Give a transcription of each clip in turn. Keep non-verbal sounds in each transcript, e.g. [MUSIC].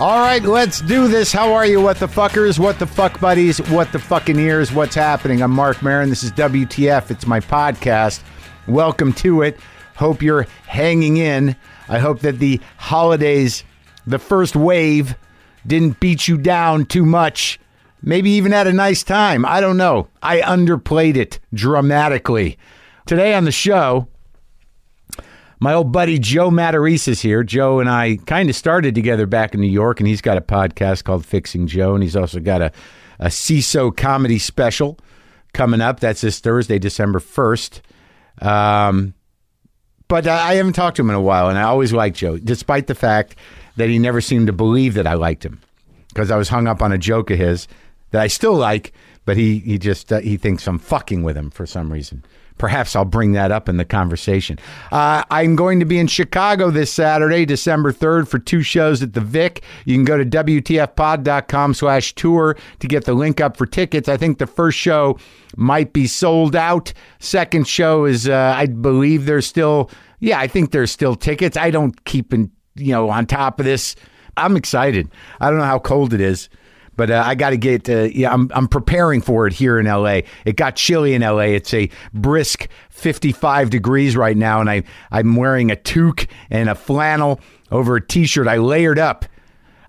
All right, let's do this. How are you, what the fuckers, what the fuck buddies, what the fucking ears, what's happening? I'm Mark Marin. This is WTF. It's my podcast. Welcome to it. Hope you're hanging in. I hope that the holidays, the first wave, didn't beat you down too much. Maybe even had a nice time. I don't know. I underplayed it dramatically. Today on the show, my old buddy Joe Matarese is here. Joe and I kind of started together back in New York, and he's got a podcast called Fixing Joe, and he's also got a, a CISO comedy special coming up. That's this Thursday, December 1st. Um, but I, I haven't talked to him in a while, and I always liked Joe, despite the fact that he never seemed to believe that I liked him because I was hung up on a joke of his that I still like, but he he just uh, he thinks I'm fucking with him for some reason. Perhaps I'll bring that up in the conversation. Uh, I'm going to be in Chicago this Saturday, December 3rd, for two shows at the Vic. You can go to WTFpod.com slash tour to get the link up for tickets. I think the first show might be sold out. Second show is, uh, I believe there's still, yeah, I think there's still tickets. I don't keep in, you know, on top of this. I'm excited. I don't know how cold it is, but uh, I got to get. Uh, yeah, I'm I'm preparing for it here in L.A. It got chilly in L.A. It's a brisk 55 degrees right now, and I I'm wearing a toque and a flannel over a t-shirt I layered up.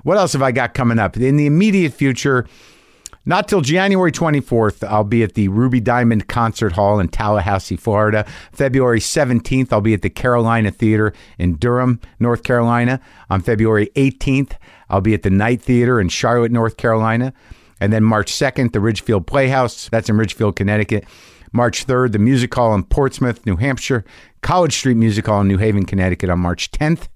What else have I got coming up in the immediate future? Not till January 24th, I'll be at the Ruby Diamond Concert Hall in Tallahassee, Florida. February 17th, I'll be at the Carolina Theater in Durham, North Carolina. On February 18th, I'll be at the Night Theater in Charlotte, North Carolina. And then March 2nd, the Ridgefield Playhouse. That's in Ridgefield, Connecticut. March 3rd, the Music Hall in Portsmouth, New Hampshire. College Street Music Hall in New Haven, Connecticut on March 10th.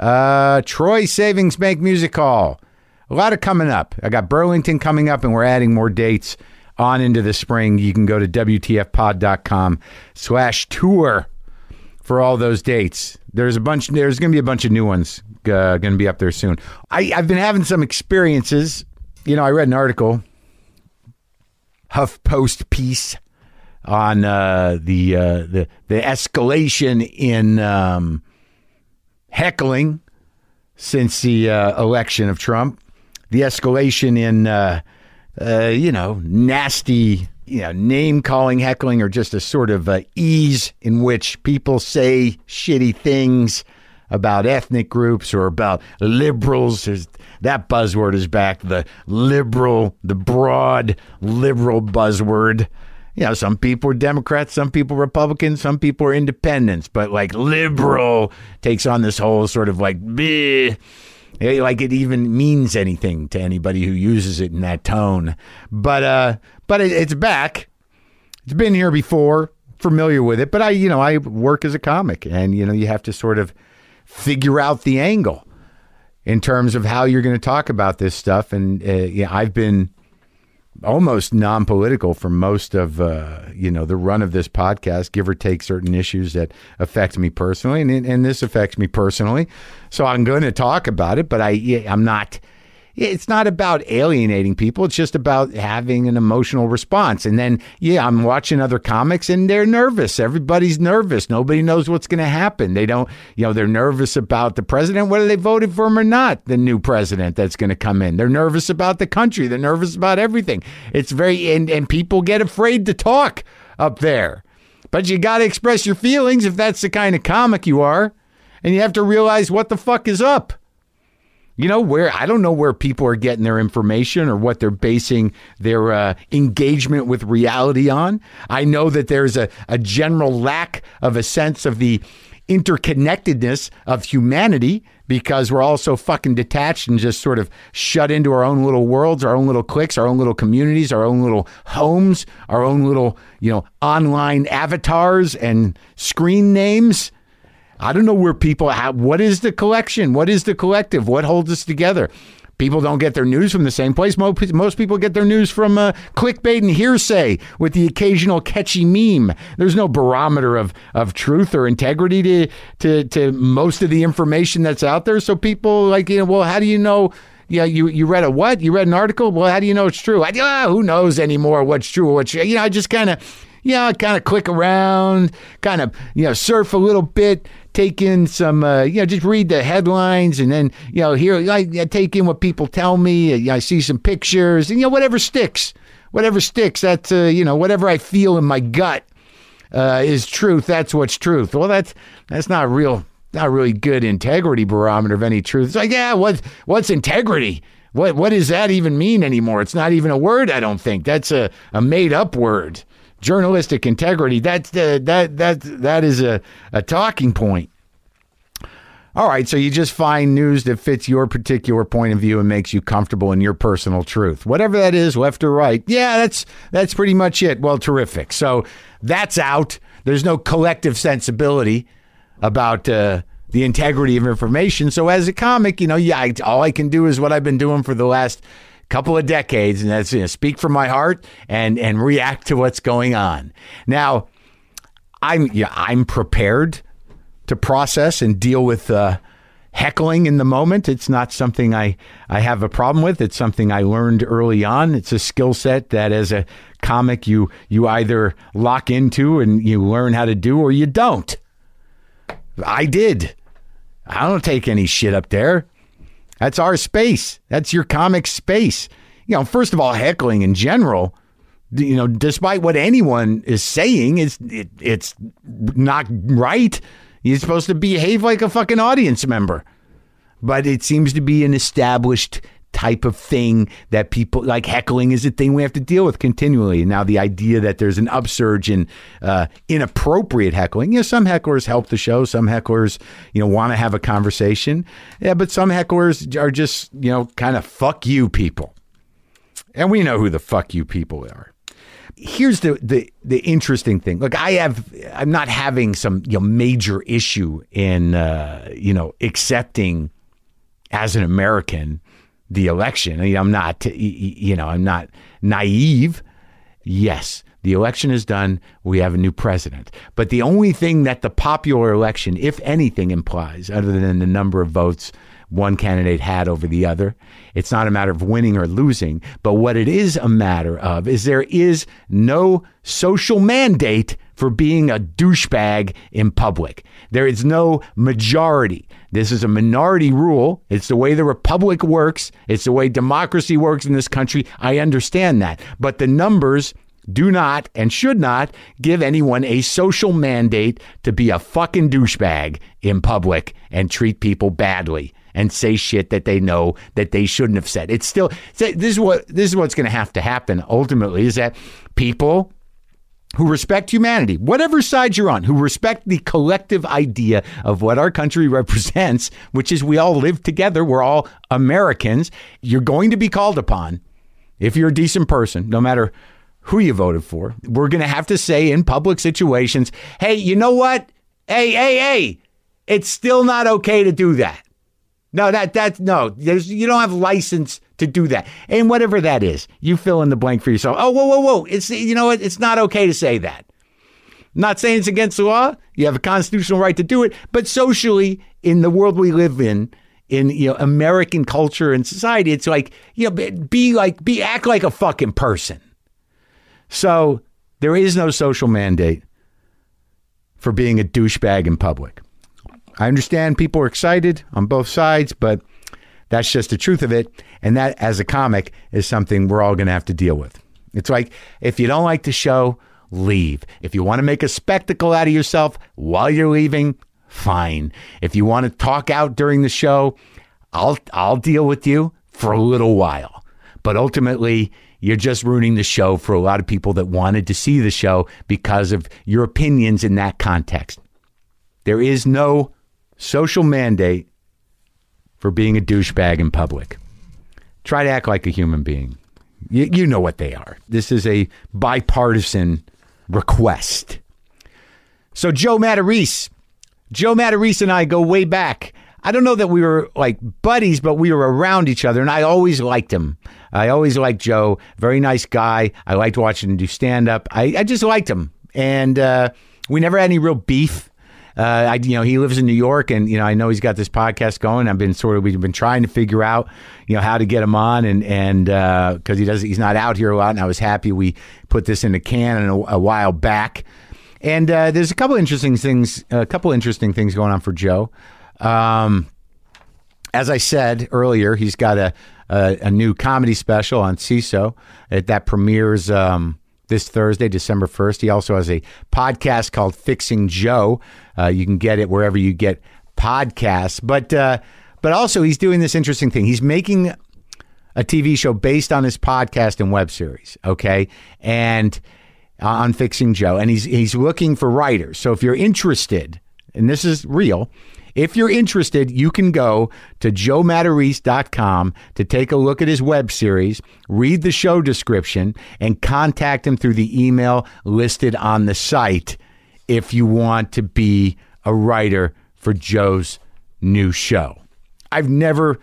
Uh, Troy Savings Bank Music Hall. A lot of coming up. I got Burlington coming up, and we're adding more dates on into the spring. You can go to WTFpod.com slash tour for all those dates. There's a bunch. There's going to be a bunch of new ones uh, going to be up there soon. I, I've been having some experiences. You know, I read an article, HuffPost piece on uh, the uh, the the escalation in um, heckling since the uh, election of Trump, the escalation in uh, uh, you know nasty you know name calling, heckling, or just a sort of uh, ease in which people say shitty things about ethnic groups or about liberals. There's, that buzzword is back. The liberal, the broad liberal buzzword. You know, some people are Democrats, some people Republicans, some people are independents, but like liberal takes on this whole sort of like, bleh, eh, like it even means anything to anybody who uses it in that tone. But uh, but it, it's back. It's been here before, familiar with it. But I, you know, I work as a comic, and you know, you have to sort of figure out the angle in terms of how you're going to talk about this stuff. And uh, yeah, I've been almost non-political for most of uh, you know the run of this podcast, give or take certain issues that affect me personally, and and this affects me personally. So I'm going to talk about it, but I yeah, I'm not. It's not about alienating people. It's just about having an emotional response. And then, yeah, I'm watching other comics and they're nervous. Everybody's nervous. Nobody knows what's going to happen. They don't, you know, they're nervous about the president, whether they voted for him or not, the new president that's going to come in. They're nervous about the country. They're nervous about everything. It's very, and, and people get afraid to talk up there. But you got to express your feelings if that's the kind of comic you are. And you have to realize what the fuck is up. You know where I don't know where people are getting their information or what they're basing their uh, engagement with reality on. I know that there's a, a general lack of a sense of the interconnectedness of humanity because we're all so fucking detached and just sort of shut into our own little worlds, our own little cliques, our own little communities, our own little homes, our own little, you know, online avatars and screen names. I don't know where people. How, what is the collection? What is the collective? What holds us together? People don't get their news from the same place. Mo- Most people get their news from uh, clickbait and hearsay, with the occasional catchy meme. There's no barometer of of truth or integrity to to to most of the information that's out there. So people like you know, well, how do you know? Yeah, you you read a what? You read an article? Well, how do you know it's true? I, ah, who knows anymore what's true or what's you know? I just kind of you know, kind of click around, kind of, you know, surf a little bit, take in some, uh, you know, just read the headlines and then, you know, here, I, I take in what people tell me. You know, I see some pictures and, you know, whatever sticks, whatever sticks, that's, uh, you know, whatever I feel in my gut uh, is truth. That's what's truth. Well, that's, that's not real, not really good integrity barometer of any truth. It's like, yeah, what, what's integrity? What, what does that even mean anymore? It's not even a word, I don't think. That's a, a made up word journalistic integrity. That's the that that that is a, a talking point. All right, so you just find news that fits your particular point of view and makes you comfortable in your personal truth. Whatever that is, left or right. Yeah, that's that's pretty much it. Well, terrific. So that's out. There's no collective sensibility about uh, the integrity of information. So as a comic, you know, yeah, I, all I can do is what I've been doing for the last couple of decades, and that's you know, speak from my heart and and react to what's going on. Now, I'm yeah, I'm prepared to process and deal with uh, heckling in the moment. It's not something I I have a problem with. It's something I learned early on. It's a skill set that as a comic you you either lock into and you learn how to do, or you don't. I did. I don't take any shit up there. That's our space. That's your comic space. You know, first of all, heckling in general, you know, despite what anyone is saying, it's it, it's not right. You're supposed to behave like a fucking audience member. But it seems to be an established type of thing that people like heckling is a thing we have to deal with continually. Now, the idea that there's an upsurge in uh, inappropriate heckling, you know, some hecklers help the show, some hecklers, you know, want to have a conversation. Yeah, but some hecklers are just, you know, kind of fuck you people. And we know who the fuck you people are. Here's the, the the interesting thing. Look, I have I'm not having some you know, major issue in uh, you know accepting as an American the election. I am mean, not, you know, I'm not naive. Yes, the election is done. We have a new president. But the only thing that the popular election, if anything, implies, other than the number of votes one candidate had over the other, it's not a matter of winning or losing. But what it is a matter of is there is no social mandate for being a douchebag in public. There is no majority. This is a minority rule. It's the way the republic works, it's the way democracy works in this country. I understand that. But the numbers do not and should not give anyone a social mandate to be a fucking douchebag in public and treat people badly and say shit that they know that they shouldn't have said. It's still this is what this is what's going to have to happen ultimately is that people who respect humanity, whatever side you're on, who respect the collective idea of what our country [LAUGHS] represents, which is we all live together, we're all Americans, you're going to be called upon, if you're a decent person, no matter who you voted for, we're going to have to say in public situations, hey, you know what? Hey, hey, hey, it's still not okay to do that. No, that that's no. There's you don't have license to do that, and whatever that is, you fill in the blank for yourself. Oh, whoa, whoa, whoa! It's you know what? It's not okay to say that. Not saying it's against the law. You have a constitutional right to do it, but socially, in the world we live in, in you know American culture and society, it's like you know be like be act like a fucking person. So there is no social mandate for being a douchebag in public. I understand people are excited on both sides, but that's just the truth of it. And that, as a comic, is something we're all going to have to deal with. It's like if you don't like the show, leave. If you want to make a spectacle out of yourself while you're leaving, fine. If you want to talk out during the show, I'll I'll deal with you for a little while. But ultimately, you're just ruining the show for a lot of people that wanted to see the show because of your opinions in that context. There is no social mandate for being a douchebag in public. Try to act like a human being. You, you, know what they are. This is a bipartisan request. So, Joe Matarese, Joe Matarese and I go way back. I don't know that we were like buddies, but we were around each other, and I always liked him. I always liked Joe. Very nice guy. I liked watching him do stand up. I, I just liked him. And uh, we never had any real beef. Uh, I, you know, he lives in New York, and you know, I know he's got this podcast going. I've been sort of we've been trying to figure out, you know, how to get him on, and and because he does, he's not out here a lot, and I was happy we put this in the can a, a while back. And uh, there's a couple interesting things, a couple interesting things going on for Joe. Um, as I said earlier, he's got a, a, a new comedy special on CISO that, that premieres um, this Thursday, December 1st. He also has a podcast called Fixing Joe. Uh, you can get it wherever you get podcasts. But, uh, but also, he's doing this interesting thing. He's making a TV show based on his podcast and web series, okay? And uh, on Fixing Joe. And he's, he's looking for writers. So if you're interested, and this is real, if you're interested, you can go to joematerice.com to take a look at his web series, read the show description, and contact him through the email listed on the site if you want to be a writer for Joe's new show. I've never,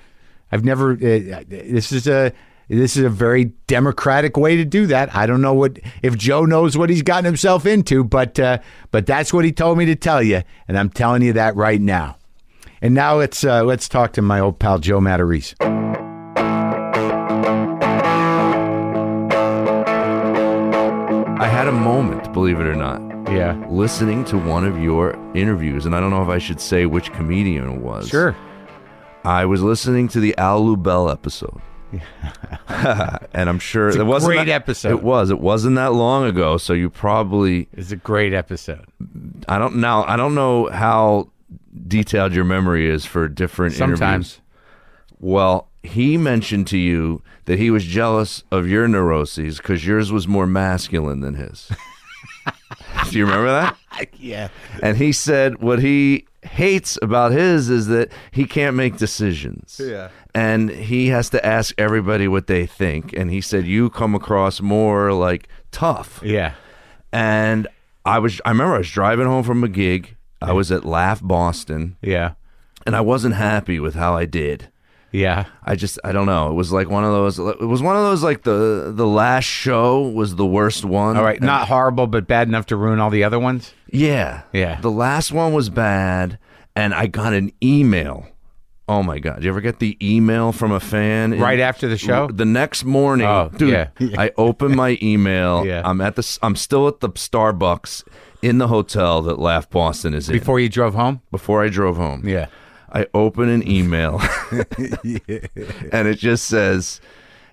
I've never, uh, this is a, this is a very democratic way to do that. I don't know what if Joe knows what he's gotten himself into, but uh, but that's what he told me to tell you, and I'm telling you that right now. And now let's uh, let's talk to my old pal Joe Matarese. I had a moment, believe it or not, Yeah, listening to one of your interviews, and I don't know if I should say which comedian it was. sure. I was listening to the Al [LAUGHS] Lubell episode. and I'm sure it wasn't great that- episode. It was. It wasn't that long ago, so you probably It's a great episode. I don't now I don't know how detailed your memory is for different interviews. Sometimes Well, he mentioned to you that he was jealous of your neuroses because yours was more masculine [LAUGHS] than his. Do you remember that? yeah. And he said what he hates about his is that he can't make decisions. Yeah. And he has to ask everybody what they think. And he said, You come across more like tough. Yeah. And I was I remember I was driving home from a gig. I was at Laugh Boston Yeah. and I wasn't happy with how I did. Yeah. I just I don't know. It was like one of those it was one of those like the the last show was the worst one. All right. Not horrible, but bad enough to ruin all the other ones. Yeah. Yeah. The last one was bad, and I got an email. Oh my God. You ever get the email from a fan? Right after the show? The next morning. Oh, dude, yeah. I open my [LAUGHS] email. Yeah. I'm at the s- I'm still at the Starbucks in the hotel that Laugh Boston is in. Before you drove home. before I drove home. Yeah. I open an email [LAUGHS] and it just says,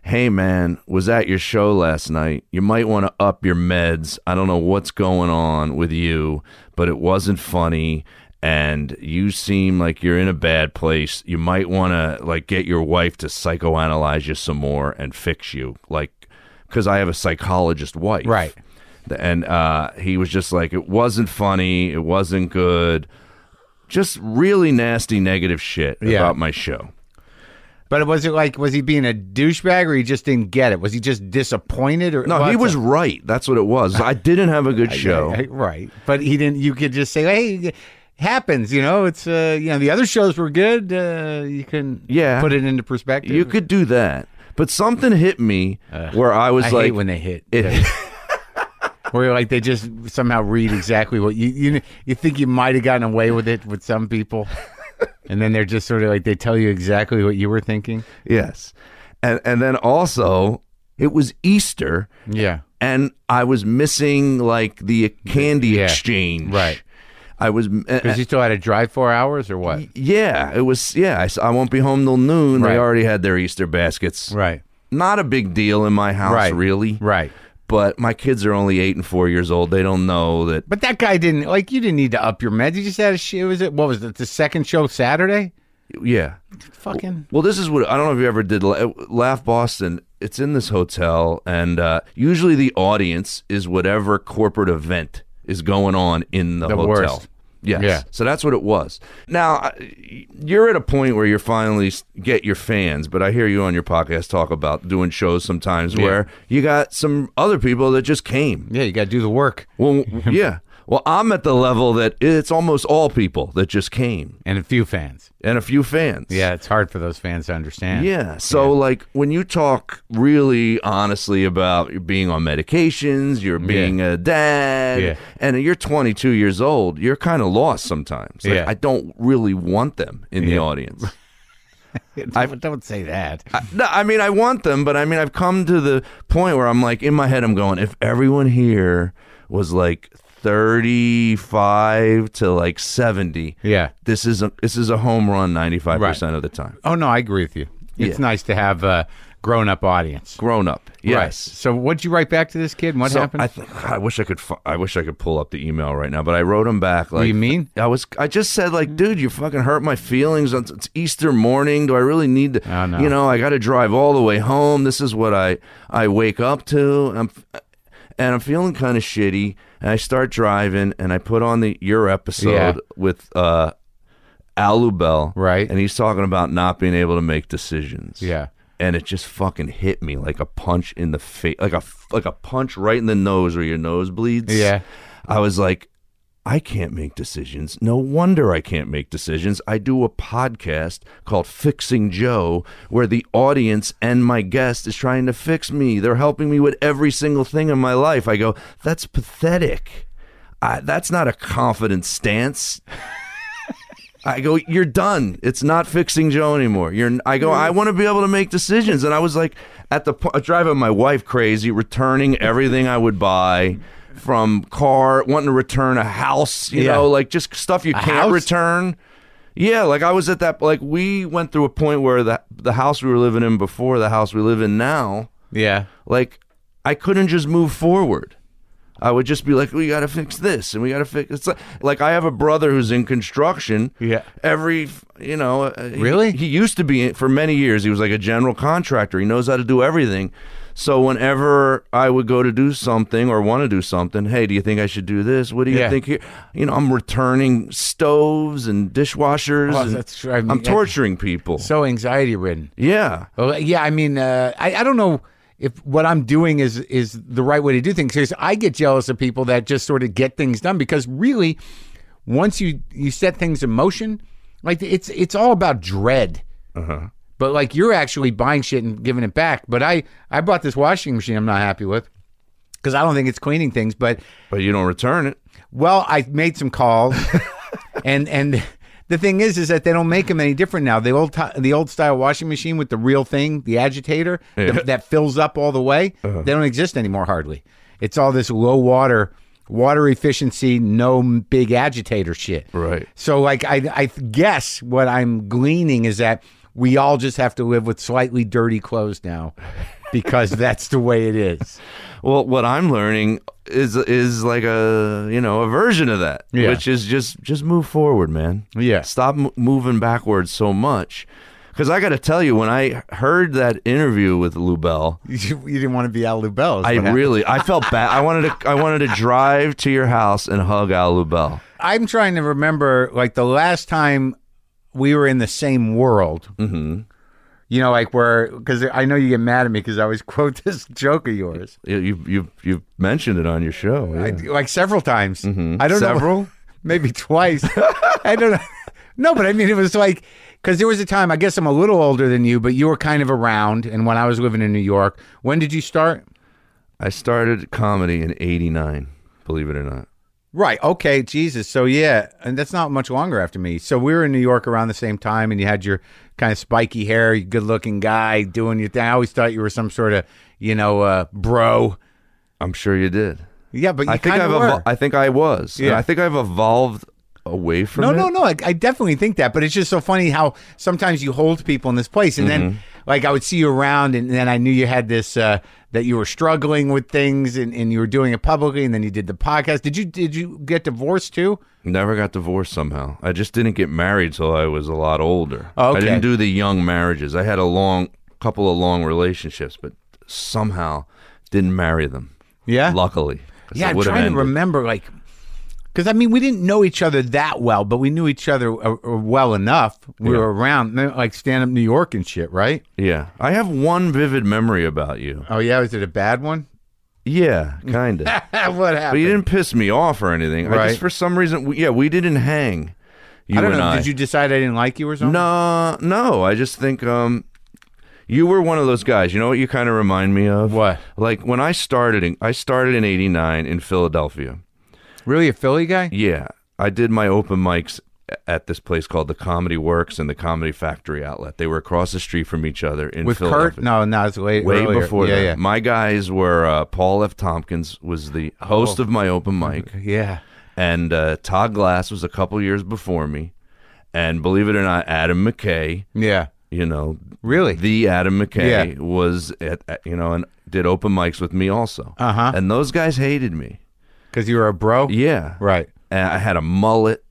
Hey man, was at your show last night. You might want to up your meds. I don't know what's going on with you, but it wasn't funny and you seem like you're in a bad place. You might want to like get your wife to psychoanalyze you some more and fix you. Like cuz I have a psychologist wife. Right. And uh, he was just like, it wasn't funny. It wasn't good just really nasty negative shit Yeah. about my show. But was it like was he being a douchebag or he just didn't get it? Was he just disappointed or No, Well, he it's was a- right. That's what it was. I didn't have [LAUGHS] a good show. Yeah, right? But he didn't. You could just say, "Hey, it happens." You know, it's uh, you know the other shows were good. Uh, you can Yeah. put it into perspective. You could do that. But something hit me where I was Uh, I like hate when they hit. [LAUGHS] it, Where like they just somehow read exactly what you you you think you might have gotten away with it with some people, and then they're just sort of like they tell you exactly what you were thinking. Yes. And and then also it was Easter Yeah, and I was missing like the candy Yeah. exchange. Right. I was uh, because you still had to drive four hours or what? yeah, it was yeah, I, s- I won't be home till noon. Right. They already had their Easter baskets. Right, Not a big deal in my house Right. really. right. but my kids are only eight and four years old. They don't know that. But that guy didn't like you. Didn't need to up your meds. You just had a shit. Was it what was it? The second show Saturday. Yeah. Fucking Well, this is what I don't know if you ever did La- Laugh Boston. It's in this hotel, and uh, usually the audience is whatever corporate event is going on in the, The hotel. worst. Yes. Yeah. So that's what it was. Now I- you're at a point where you're finally s- get your fans, but I hear you on your podcast talk about doing shows sometimes where you got some other people that just came. [LAUGHS] yeah. You got to do the work. Well, yeah. Well, I'm at the level that it's almost all people that just came and a few fans. and a few fans. Yeah, it's hard for those fans to understand. Yeah. So, like, when you talk really honestly about being on medications, you're being a dad, Yeah. and you're 22 years old, you're kind of lost sometimes. Like, Yeah. I don't really want them in the audience. I [LAUGHS] don't say that. No, I mean, I want them, but I mean, I've come to the point where I'm like, in my head, I'm going, if everyone here was like 35 to like 70, yeah. this is a this is a home run 95 percent Right. of the time. Oh no, I agree with you. It's nice to have a grown-up audience. Grown up, Right. yes. So what'd you write back to this kid? And what So happened? I, th- I wish I could. Fu- I wish I could pull up the email right now, but I wrote him back. Like you mean? I was. I just said like, dude, you fucking hurt my feelings. It's it's Easter morning. Do I really need to? Oh, no. You know, I got to drive all the way home. This is what I I wake up to. And I'm f- and I'm feeling kind of shitty. And I start driving, and I put on the your episode Yeah. with uh, Al Lubell, Right. And he's talking about not being able to make decisions yeah. and it just fucking hit me like a punch in the face, like a like a punch right in the nose where your nose bleeds. Yeah. I was like, I can't make decisions. No wonder I can't make decisions. I do a podcast called Fixing Joe, where the audience and my guest is trying to fix me. They're helping me with every single thing in my life. I go, that's pathetic. I, that's not a confident stance. I go, you're done. It's not fixing Joe anymore. You're. I go, I want to be able to make decisions, and I was like, at the po- driving my wife crazy, returning everything I would buy from car, wanting to return a house, you Yeah. know, like just stuff you can't house? return. Yeah, like I was at that. Like we went through a point where the the house we were living in before the house we live in now, Yeah. like I couldn't just move forward. I would just be like, we got to fix this and we got to fix. It's like, like I have a brother who's in construction. Yeah. Every, you know, uh, he- Really? He, used to be for many years. He was like a general contractor. He knows how to do everything. So whenever I would go to do something or want to do something, hey, do you think I should do this? What do you Yeah. think here? You know, I'm returning stoves and dishwashers. Oh, and that's right. I mean, I'm torturing people. So anxiety-ridden. yeah. Well, yeah, I mean, uh, I, I don't know if what I'm doing is is the right way to do things. Because I get jealous of people that just sort of get things done. Because really, once you you set things in motion, like it's it's all about dread. But like you're actually buying shit and giving it back. But I I bought this washing machine I'm not happy with because I don't think it's cleaning things. But But you don't return it. well, I made some [LAUGHS] calls, and and the thing is, is that they don't make them any different now. The old ti the old style washing machine with the real thing, the agitator th- Yeah. Uh-huh. that fills up all the way, they don't exist anymore hardly. It's all this low water, water efficiency, no m- big agitator shit. Right. So like I I guess what I'm gleaning is that we all just have to live with slightly dirty clothes now [LAUGHS] because that's the way it is. Well, what I'm learning is is like a you know a version of that, Yeah. which is just just move forward, man. Yeah. stop m- moving backwards so much. Because I got to tell you, when I heard that interview with Lubell, You, you didn't want to be Al Lubell. is what I happened. really I felt bad. I wanted to I wanted to drive to your house and hug Al Lubell. I'm trying to remember like the last time we were in the same world. Mm-hmm. You know, like where because I know you get mad at me because I always [LAUGHS] quote this joke of yours, You you you you've mentioned it on your show. yeah. I, like several times. I don't Several? know, [LAUGHS] maybe twice. I don't know. No, but I mean, it was like because there was a time. I guess I'm a little older than you, but you were kind of around. And when I was living in New York, when did you start? I started comedy in '89. Believe it or not. Right. Okay. Jesus. So yeah, and that's not much longer after me. So we were in New York around the same time, and you had your kind of spiky hair, you good-looking guy doing your thing. I always thought you were some sort of, you know, uh, bro. I'm sure you did. Yeah, but you I think kind I've of were. evol- I think I was. Yeah. I think I've evolved away from no, it. no, no. I, I definitely think that, but it's just so funny how sometimes you hold people in this place, and then Mm-hmm. like I would see you around, and then I knew you had this uh, that you were struggling with things, and, and you were doing it publicly, and then you did the podcast. Did you did you get divorced too? Never got divorced somehow. I just didn't get married till I was a lot older. Oh, okay. I didn't do the young marriages. I had a long couple of long relationships, but somehow didn't marry them. Yeah. Luckily. 'cause Uh, Yeah, it I'm would've trying to ended. remember, like, because I mean, we didn't know each other that well, but we knew each other uh, uh, well enough. We were around, uh, like, stand up New York and shit, right? Yeah. I have one vivid memory about you. Oh yeah, was it a bad one? Yeah, kind of. [LAUGHS] what happened? but you didn't piss me off or anything. I Right. just for some reason, we, yeah, we didn't hang. You I don't and know. I. Did you decide I didn't like you or something? No, no. I just think um, you were one of those guys. You know what you kind of remind me of? What? Like when I started, in, I started in '89 in Philadelphia. Really, a Philly guy? Yeah, I did my open mics at this place called the Comedy Works and the Comedy Factory Outlet. They were across the street from each other in With Philadelphia. Kurt? No, no, it's way Way earlier. before yeah, that, yeah, my guys were uh, Paul F. Tompkins was the Oh. host of my open mic, yeah. and uh, Todd Glass was a couple years before me, and believe it or not, Adam McKay, Yeah. you know, Really? the Adam McKay Yeah. was at, at- you know and did open mics with me also. Uh-huh. And those guys hated me. Because you were a bro? Yeah. Right. And I had a mullet.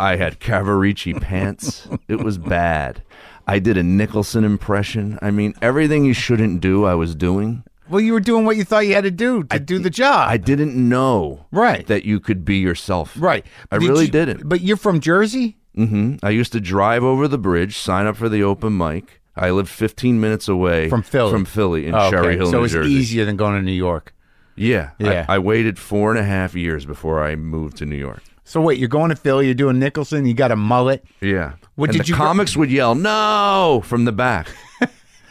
I had Cavaricci [LAUGHS] pants. It was bad. I did a Nicholson impression. I mean, everything you shouldn't do, I was doing. Well, you were doing what you thought you had to do to do the job. I didn't know Right. that you could be yourself. right. I really you- didn't. But you're from Jersey? hmm I used to drive over the bridge, sign up for the open mic. I lived 15 minutes away From Philly. from Philly in Oh, Cherry okay. Hill, So New it's Jersey. easier than going to New York. Yeah. I- Yeah. I, waited four and a half years before I moved to New York. So wait, you're going to Philly, you're doing Nicholson, you got a mullet. Yeah. What and did the you gr- comics would yell, no, from [LAUGHS] the back.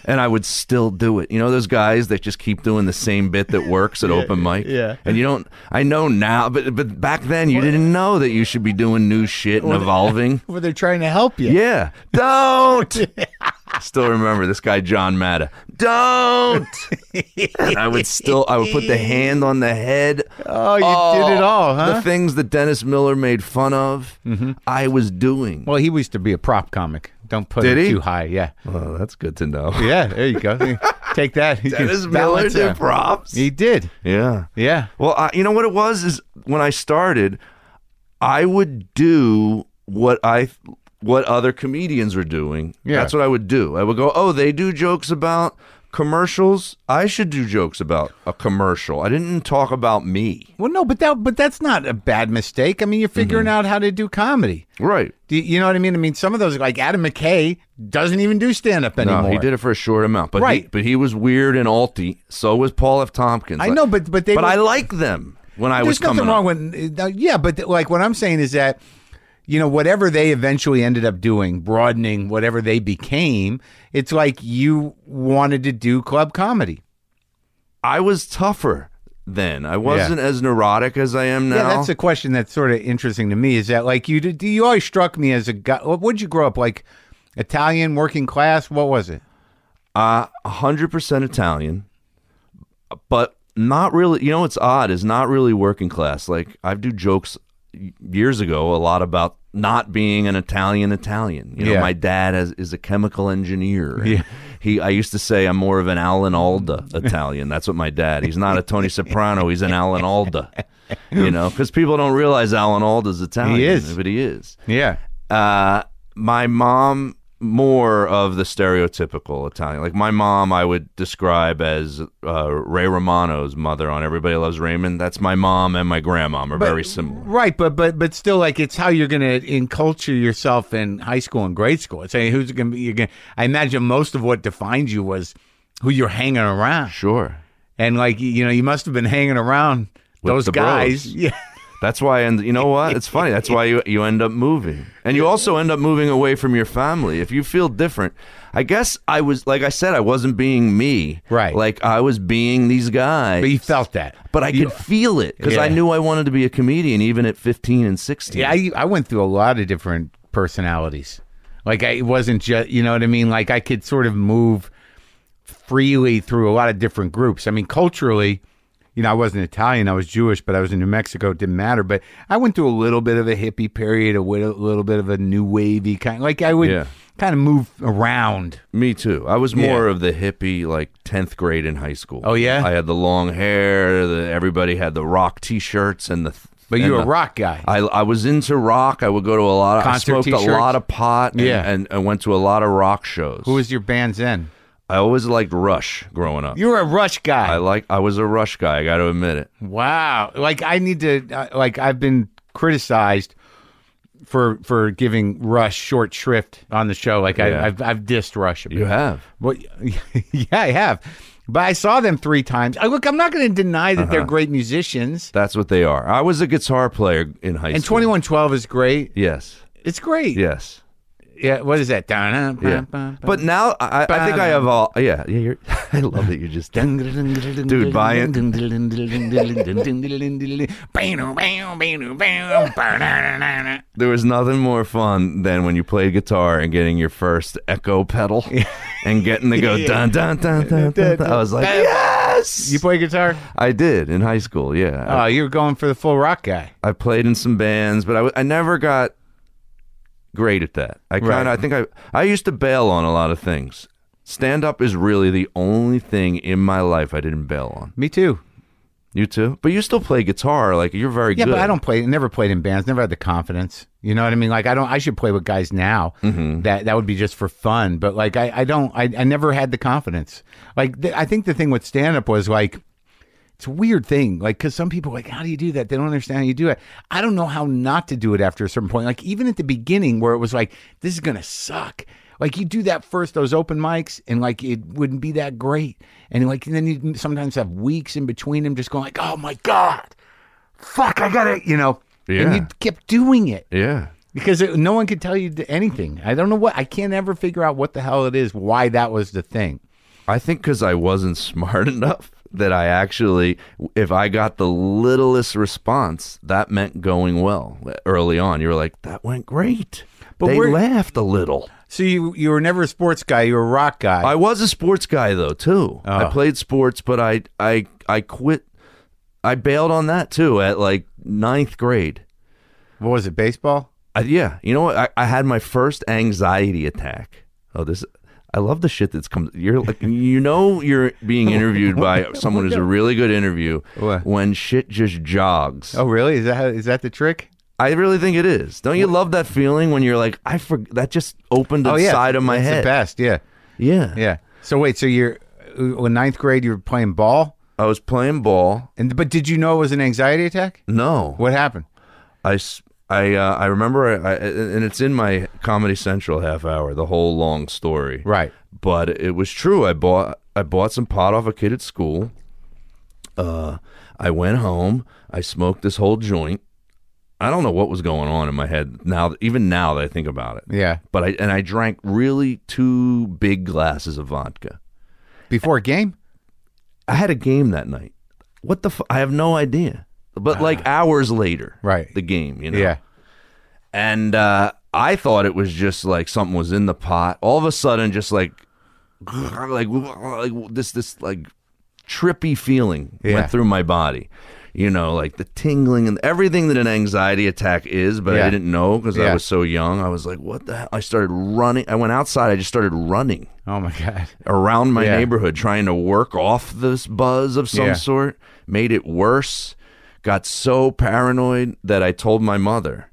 and I would still do it. You know those guys that just keep doing the same bit that works at open mic? [LAUGHS] yeah. And you don't, I know now, but, but back then you didn't know that you should be doing new shit and [LAUGHS] evolving. Where they're trying to help you. Yeah. [LAUGHS] Don't. still remember this guy John Matta. [LAUGHS] Don't. and I would still I would put the hand on the head. Oh, you did it all, huh? Mm-hmm. The things that Dennis Miller made fun of, I was doing. Well, he used to be a prop comic. Don't put Did it he? too high. Yeah. Oh, that's good to know. Yeah, there you go. [LAUGHS] Take that. You can [LAUGHS] Dennis Miller balance did out. props. He did. Yeah. Yeah. Well, I, you know what it was is when I started, I would do what I what other comedians were doing. Yeah. That's what I would do. I would go, "Oh, they do jokes about commercials. I should do jokes about a commercial." I didn't talk about me. Well, no, but that but that's not a bad mistake. I mean, you're figuring out how to do comedy. Right. Do you, you know what I mean? I mean, some of those like Adam McKay doesn't even do stand up No, anymore. he did it for a short amount, but he, Right. but he was weird and alty. So was Paul F. Tompkins. I know, but but they but were- I like them when I was there's nothing coming up. wrong with uh, yeah, but like what I'm saying is that you know whatever they eventually ended up doing, broadening whatever they became, it's like you wanted to do club comedy. I was tougher then. I wasn't as neurotic as I am now. Yeah, that's a question that's sort of interesting to me. Is that like you? Did, you always struck me as a guy. What would you grow up like? Italian, working class. What was it? Uh, 100% Italian, but not really. You know what's odd is not really working class. Like, I do jokes years ago a lot about not being an Italian Italian. You know, Yeah. my dad has, is a chemical engineer. and Yeah. He, I used to say I'm more of an Alan Alda Italian. That's what my dad. He's not a Tony Soprano. He's an Alan Alda. You know, because people don't realize Alan Alda's Italian. He is. but he is. Yeah. Uh, my mom more of the stereotypical Italian. Like my mom, I would describe as uh, Ray Romano's mother on Everybody Loves Raymond. That's my mom and my grandmom are very similar. Right, but but but still, like it's how you're going to enculture yourself in high school and grade school. It's saying who's going to be. You're gonna, I imagine most of what defines you was who you're hanging around, Sure. and like you know, you must have been hanging around With those the bros. guys. [LAUGHS] Yeah, That's why, and you know what? It's funny. That's why you, you end up moving. And you also end up moving away from your family. If you feel different, I guess I was, like I said, I wasn't being me. Right. Like I was being these guys. but you felt that. But I could feel it because I Yeah. knew I wanted to be a comedian even at 15 and 16. Yeah, I, I went through a lot of different personalities. Like I it wasn't just, you know what I mean? Like I could sort of move freely through a lot of different groups. I mean, culturally, you know, I wasn't Italian, I was Jewish, but I was in New Mexico, it didn't matter. But I went through a little bit of a hippie period, a wi- a little bit of a new wavy kind. Like I would Yeah. kind of move around. Me too. I was more of the hippie, like tenth grade in high school. Oh, yeah? I had the long hair. The, everybody had the rock T-shirts and the. But you and were a the- rock guy. I, I was into rock. I would go to a lot. Of, I Concert smoked a T-shirts? lot of pot. And, Yeah. and I went to a lot of rock shows. Who was your band then? I always liked Rush growing up. You were a Rush guy. I like. I was a Rush guy. I got to admit it. Wow. Like I need to uh, like I've been criticized for for giving Rush short shrift on the show. Like Yeah. [LAUGHS] I, I've I've dissed Rush. A bit. You have. Well, yeah, I have. But I saw them three times. I, look, I'm not going to deny that they're great musicians. Uh-huh. That's what they are. I was a guitar player in high And school. 2112 is great. Yes. It's great. Yes. Yeah, what is that? Yeah. Yeah. But now I, I think I have all. Yeah. Yeah. You're, [LAUGHS] I love that [LAUGHS] you're just. Dude, buy it. There was nothing more fun than when you played guitar and getting your first [LAUGHS] echo pedal and getting to go dun dun dun dun. dun, dun. I was like, [LAUGHS] yes. You play guitar? I did in high school. Yeah. Oh, you're going for the full rock guy. I played in some bands, but I, w- I never got great at that. I kind of Right. I think I I used to bail on a lot of things. Stand up is really the only thing in my life I didn't bail on. Me too. You too, but you still play guitar. Like you're very Yeah, good. but I don't play. Never played in bands. Never had the confidence. You know what I mean? Like I don't. I should play with guys now. Mm-hmm. That that would be just for fun. But like I, I don't. I, I never had the confidence. Like th- I think the thing with stand up was like. It's a weird thing, like because some people are like, how do you do that? They don't understand how you do it. I don't know how not to do it after a certain point. Like even at the beginning, where it was like, this is gonna suck. Like you do that first, those open mics, and like it wouldn't be that great. And like then you sometimes have weeks in between them, just going like, oh my god, fuck, I gotta, you know. Yeah. And you kept doing it Yeah. because it, no one could tell you d- anything. I don't know what, I can't ever figure out what the hell it is, why that was the thing. I think because I wasn't [LAUGHS] smart enough that I actually, if I got the littlest response, that meant going well early on. You were like, that went great. But they we're- laughed a little. So you, you were never a sports guy, you were a rock guy. I was a sports guy though too. I played sports, but I I I quit. I bailed on that too at like ninth grade. what was it, baseball? I, yeah, you know what? I, I had my first anxiety attack. Oh, this. I love the shit that's come. You're like, you know, you're being [LAUGHS] interviewed by someone who's a really good interview What? when shit just jogs. Oh, really? Is that, how- is that the trick? I really think it is. Don't you love that feeling when you're like, I forgot that just opened the oh, yeah. side of my That's head. the best, yeah. Yeah. Yeah. So wait, so you're, in ninth grade, you were playing ball? I was playing ball. and But did you know it was an anxiety attack? No, What happened? I, s- I, uh, I remember, I, I, and it's in my Comedy Central half hour, the whole long story. Right. But it was true. I bought, I bought some pot off a kid at school. Uh, I went home. I smoked this whole joint. I don't know what was going on in my head now, even now that I think about it. Yeah. But I and I drank really two big glasses of vodka. Before a game? I had a game that night. What the? F- I have no idea. But like hours later, Ah. Right. The game, you know. Yeah. and uh, I thought it was just like something was in the pot. All of a sudden, just like [SNIFFS] like [SNIFFS] like this this like trippy feeling Yeah. went through my body. You know, like the tingling and everything that an anxiety attack is, but Yeah. I didn't know because I Yeah. was so young. I was like, "What the hell?" I started running. I went outside. I just started running Oh, my [LAUGHS] God. around my Yeah. neighborhood trying to work off this buzz of some Yeah. sort, made it worse. Got so paranoid that I told my mother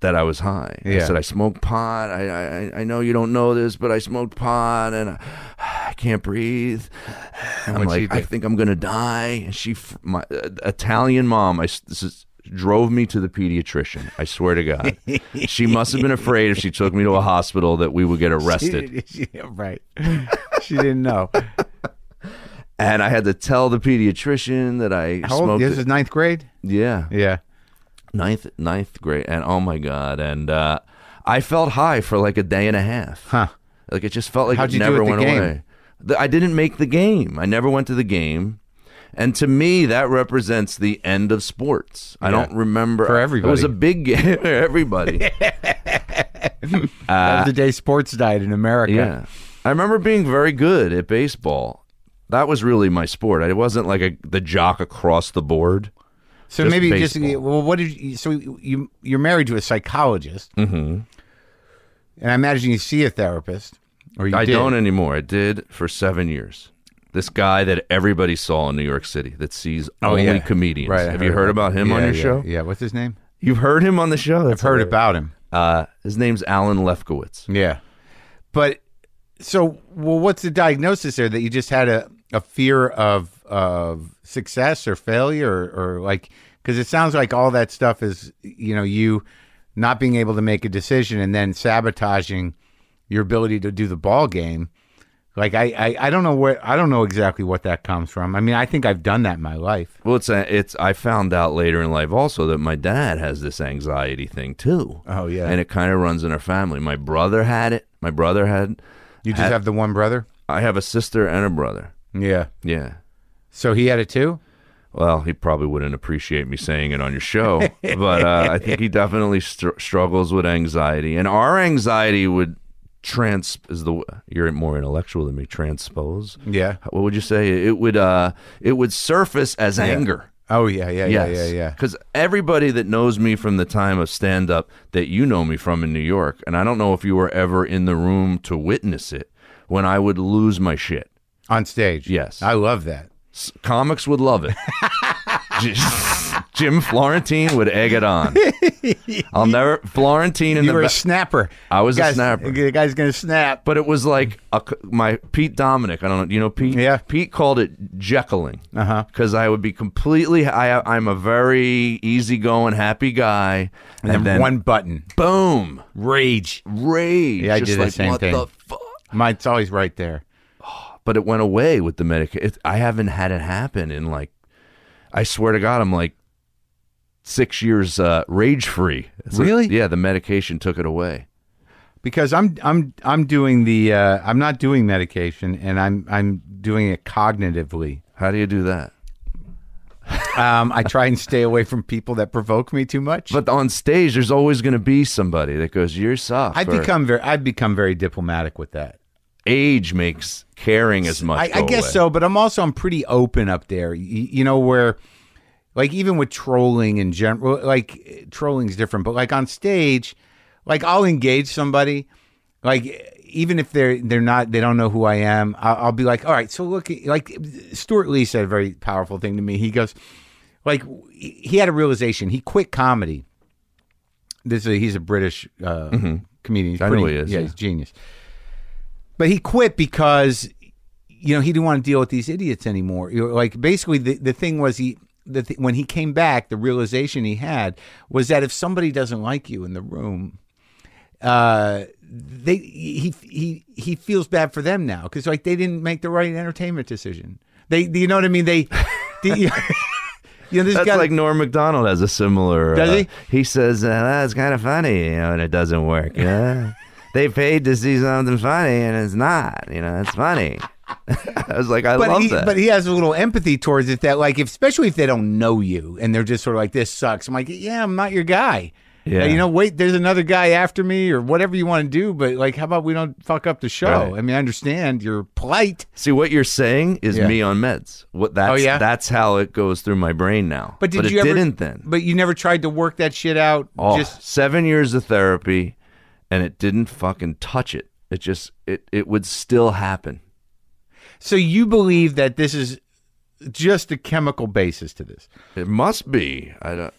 that I was high. I Yeah. said, I smoked pot. I, I, I- I know you don't know this, but I smoked pot and I, I can't breathe. I'm what'd she like, do? I think I'm going to die. And she, f- my uh, Italian mom, I, s- this is, drove me to the pediatrician. I swear to [LAUGHS] God. she must have been afraid if she took me to a hospital that we would get arrested. [LAUGHS] Yeah, right. she didn't know. and I had to tell the pediatrician that I How old? smoked. This it. is ninth grade? Yeah, Yeah. ninth ninth grade, and oh my god, and uh, I felt high for like a day and a half. Huh. Like it just felt like How'd it you do never at the went game? away. The- I didn't make the game. I never went to the game. And to me, that represents the end of sports. I don't remember For It was everybody. a big [LAUGHS] game [LAUGHS] for everybody. That was the day sports died in America. Uh, Yeah. I remember being very good at baseball. That was really my sport. I wasn't like a the jock across the board. So Just maybe just baseball. well, what did you, so you you're married to a psychologist, mm-hmm. and I imagine you see a therapist, or you I did. don't anymore. I did for seven years. This guy that everybody saw in New York City that sees only Oh, yeah. comedians. Right, I Have you heard heard about him on Yeah, your yeah, show? Yeah, what's his name? You've heard him on the show. That's I've heard about him. Uh, his name's Alan Lefkowitz. Yeah, but so well, what's the diagnosis there? That you just had a, a fear of of success or failure, or, or like because it sounds like all that stuff is you know you not being able to make a decision and then sabotaging your ability to do the ball game Like I, I, I don't know where I don't know exactly what that comes from. I mean, I think I've done that in my life. Well, it's a, it's. I found out later in life also that my dad has this anxiety thing too, Oh yeah. and it kind of runs in our family. My brother had it. My brother had. you just have the one brother? I have a sister and a brother. Yeah. Yeah. So he had it too? Well, he probably wouldn't appreciate me saying it on your show, but uh, I think he definitely str- struggles with anxiety, and our anxiety would trans is the you're more intellectual than me transpose. Yeah. What would you say? It would uh, it would surface as anger. Oh yeah, yeah, yeah, Yes. yeah, yeah. Because everybody that knows me from the time of stand up that you know me from in New York, and I don't know if you were ever in the room to witness it when I would lose my shit. On stage. Yes. I love that. S- comics would love it. [LAUGHS] J- Jim Florentine would egg it on. I'll never Florentine in You the were a ba- snapper. I was a Guys- snapper. The guy's gonna snap. but it was like a c my Pete Dominic. I don't know. do You know Pete? Yeah. Pete called it Jekyling. Uh huh. because I would be completely. I I'm a very easygoing, happy guy, and, And then one button. boom Rage. rage. Yeah, I just did the like, same what thing. The fuck? Mine's always right there. But it went away with the medication. I haven't had it happen in like, I swear to God, I'm like six years uh, rage free. Really? Yeah, the medication took it away. because I'm I'm I'm doing the uh, I'm not doing medication and I'm I'm doing it cognitively. How do you do that? Um, I try and stay away from people that provoke me too much. But on stage, there's always going to be somebody that goes, "You suck." I've or, become very I've become very diplomatic with that. age makes caring as much. I, I go guess away. so, but I'm also I'm pretty open up there. Y- you know where, like even with trolling in general, like eh, trolling's different, but like on stage, like I'll engage somebody, like eh, even if they're they're not they don't know who I am, I'll, I'll be like, all right, so look, like Stuart Lee said a very powerful thing to me. He goes, like he he had a realization. He quit comedy. This is he's a British uh, comedian. He's Mm-hmm. I know pretty- he is, Yeah, yeah. he's genius. But he quit because you know he didn't want to deal with these idiots anymore. You know, like basically the, the thing was he the th- when he came back, the realization he had was that if somebody doesn't like you in the room, uh, they he he he feels bad for them now because like they didn't make the right entertainment decision. They you know what I mean? They. [LAUGHS] you [LAUGHS] know, this That's guy, like Norm Macdonald has a similar. Does uh, he? He says uh, "Well, it's kind of funny, you know, and it doesn't work. [LAUGHS] Yeah, they paid to see something funny, and it's not. You know, it's funny. [LAUGHS] I was like, I but love he, that. but he has a little empathy towards it that like if, especially if they don't know you and they're just sort of like this sucks i'm like yeah i'm not your guy Uh, Yeah. you know wait there's another guy after me or whatever you want to do but like how about we don't fuck up the show Right. i mean i understand you're polite see what you're saying is Yeah. me on meds. What that's Oh, yeah? that's how it goes through my brain now. but did it you ever didn't then? but you never tried to work that shit out Oh, just seven years of therapy, and it didn't fucking touch it. It just it it would still happen. so you believe that this is just a chemical basis to this It must be. I don't.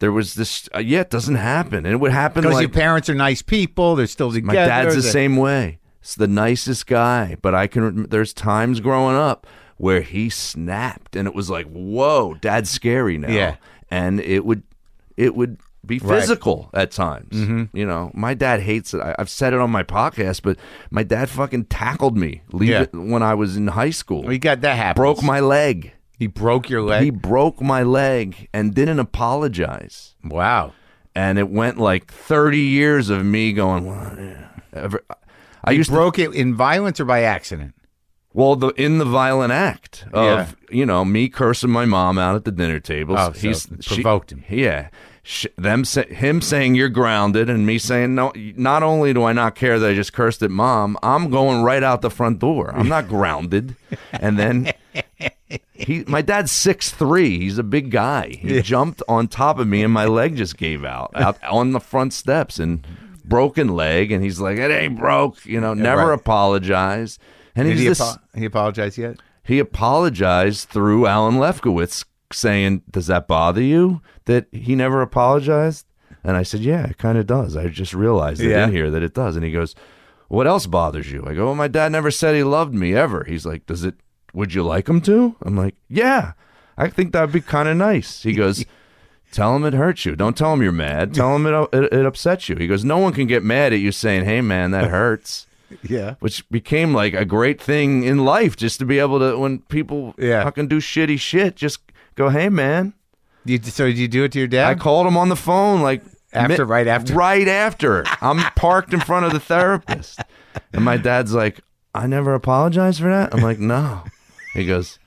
There was this. Uh, yeah, it doesn't happen, and it would happen because like your parents are nice people they're still together My dad's the they- same way. It's the nicest guy, but I can. rem- There's times growing up where he snapped, and it was like, "Whoa, dad's scary now." Yeah. and it would, it would be Right. Mm-hmm. physical at times. You know, my dad hates it. I, I've said it on my podcast, but my dad fucking tackled me leave Yeah. it when I was in high school. we got that happen broke my leg. he broke your leg He broke my leg and didn't apologize wow and it went like 30 years of me going well, yeah. Ever- i used to broke it in violence or by accident well the in the violent act of you know me cursing my mom out at the dinner table Oh, so it provoked him. yeah Sh them sa- him saying you're grounded and me saying no not only do i not care that i just cursed at mom i'm going right out the front door i'm [LAUGHS] not grounded and then he my dad's six three he's a big guy he jumped on top of me and my leg just gave out, [LAUGHS] out on the front steps and broken leg and he's like it ain't broke you know never right. apologized and Did he's he, this, apo- he apologize yet? he apologized through Alan Lefkowitz saying, Does that bother you that he never apologized? And I said, Yeah, it kind of does. I just realized it Yeah. in here that it does. And he goes, What else bothers you? I go, Well, my dad never said he loved me ever. He's like, Does it, would you like him to? I'm like, Yeah, I think that'd be kind of nice. He goes, Tell him it hurts you. Don't tell him you're mad. Tell him it, it, it upsets you. He goes, No one can get mad at you saying, Hey, man, that hurts. Yeah. which became like a great thing in life just to be able to when people Yeah. fucking do shitty shit just go hey man You, so did you do it to your i dad? called him on the phone like After- right after? right after i'm parked in front of the therapist and my dad's like i never apologized for that i'm like no he goes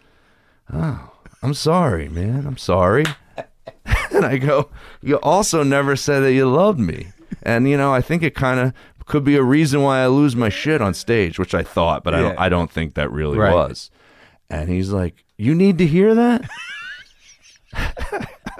oh i'm sorry man i'm sorry [LAUGHS] and i go you also never said that you loved me and you know i think it kind of could be a reason why i lose my shit on stage which i thought but I, don't, Yeah. I don't think that really Right. was and he's like you need to hear that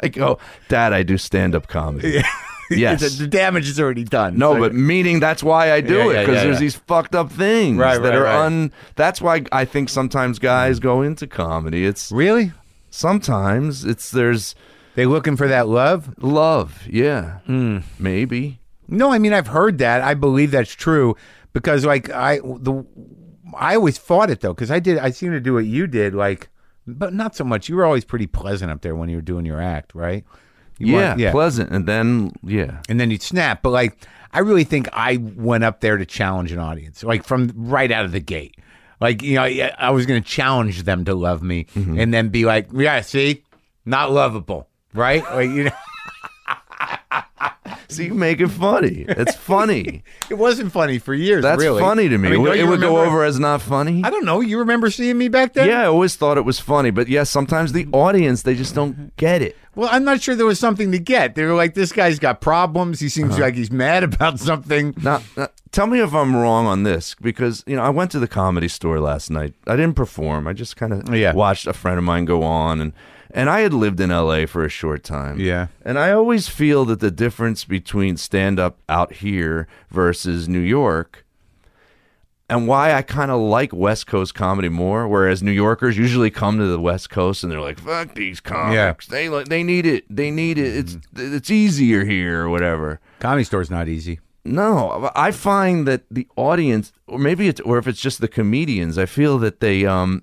i go dad i do stand-up comedy [LAUGHS] yes The, the damage is already done. no, So- but meaning that's why I do Yeah, it yeah, because yeah, there's yeah. these fucked up things Right, that right, are right. un. That's why I think sometimes guys go into comedy. It's really, sometimes it's there's they looking for that love? love, yeah, Hmm. maybe. No, I mean I've heard that. I believe that's true because like I the I always fought it though because I did I seem to do what you did like, but not so much. You were always pretty pleasant up there when you were doing your act, right? You Yeah, weren't- yeah. pleasant, and then yeah, and then you'd snap. But like I really think I went up there to challenge an audience, like from right out of the gate. Like you know, I, I was going to challenge them to love me, Mm-hmm. and then be like, yeah, see, not lovable, right? Like you know. [LAUGHS] so you make it funny. [LAUGHS] It's funny. It wasn't funny for years. That's really. funny to me. I mean, it don't it you would go remember- over as not funny. I don't know. You remember seeing me back then? yeah, I always thought it was funny, but yeah, sometimes the audience they just don't get it. Well, I'm not sure there was something to get. They were like, this guy's got problems. He Uh-huh. seems like he's mad about something. Now, now, tell me if I'm wrong on this because you know I went to the comedy store last night. I didn't perform. I just kind of Yeah. watched a friend of mine go on, and and I had lived in L.A. for a short time. Yeah. and I always feel that the difference between stand up out here versus New York. And why I kind of like West Coast comedy more, whereas New Yorkers usually come to the West Coast and they're like, "Fuck these comics, they like they need it, they need it. It's Mm-hmm. it's easier here or whatever." Comedy store's not easy. No, I find that the audience, or maybe it's, or if it's just the comedians, I feel that they, um,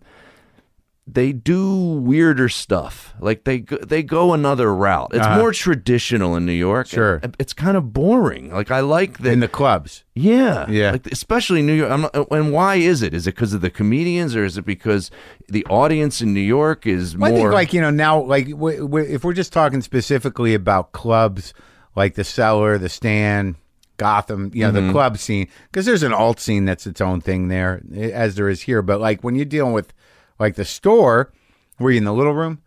they do weirder stuff. Like they go, they go another route. It's Uh-huh. more traditional in New York. Sure. It- it's kind of boring. Like I like that. In the clubs. yeah, Yeah. Like especially New York. I'm not, and why is it? Is it because of the comedians, or is it because the audience in New York is Well, I more? think, like, you know, now, like, w- w- if we're just talking specifically about clubs, like the Cellar, the Stand, Gotham, you Mm-hmm. know, the club scene, because there's an alt scene that's its own thing there, eh, as there is here. But, like, when you're dealing with, like, the store, were you in the little room?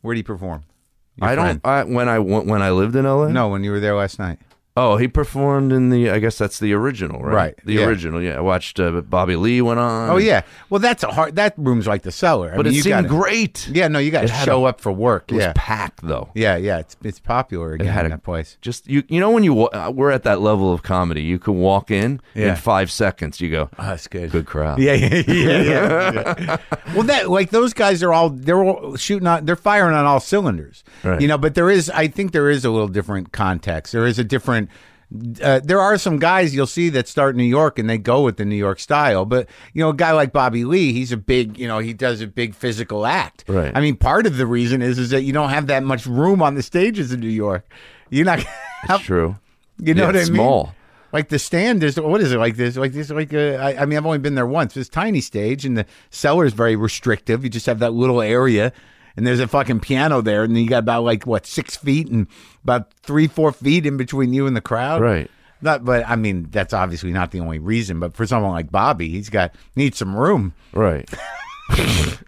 Where do you perform? Your I friend. don't. I, when I went- when I lived in LA, No, when you were there last night. Oh, he performed in the. I guess that's the original, right? Right, The yeah. original. Yeah, I watched uh, Bobby Lee went on. Oh yeah. Well, that's a hard. That room's like the cellar. I Mm. but mean, it you gotta- seemed great. Yeah, no, you got to had show up for work. It was Yeah, packed though. yeah, yeah. It's it's popular again had in a- that place. Just you, you know, when you wa- uh, we're at that level of comedy, you can walk in Yeah. in five seconds. You go, Oh, that's good. good crowd. Yeah, yeah, yeah, yeah. [LAUGHS] well, that like those guys are all they're all shooting on they're firing on all cylinders. Right. You know, but there is I think there is a little different context. There is a different. Uh, there are some guys you'll see that start in New York and they go with the New York style, but you know a guy like Bobby Lee, he's a big, you know, he does a big physical act. Right. I mean, part of the reason is is that you don't have that much room on the stages in New York. You're not. That's true. You know Yeah, what I it's mean? small. Like the stand is what is it like this? Like this? Like uh, I, I mean, I've only been there once. It's a tiny stage, and the cellar is very restrictive. You just have that little area, and there's a fucking piano there, and then you got about like what six feet and about three four feet in between you and the crowd. Right. Not, but I mean, that's obviously not the only reason. But for someone like Bobby, he's got needs some room. [LAUGHS] Right.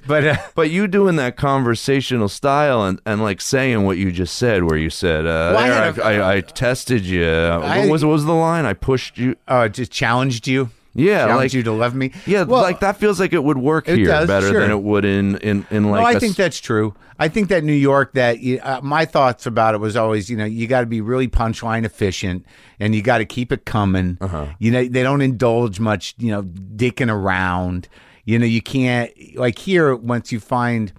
But uh, [LAUGHS] But you doing that conversational style and, and like saying what you just said, where you said, uh, Well, I there, I, had a- I- I tested you. I- what, was, what was the line? I pushed you. uh, just challenged you. Yeah, challenged like- you to love me. Yeah, Well, like that feels like it would work It here does, better sure. than it would in in in like. no, Oh, a I s- think that's true. I think that New York, that uh, my thoughts about it was always, you know, you got to be really punchline efficient, and you got to keep it coming. Uh-huh. You know, they don't indulge much, you know, dicking around. You know, you can't like here once you find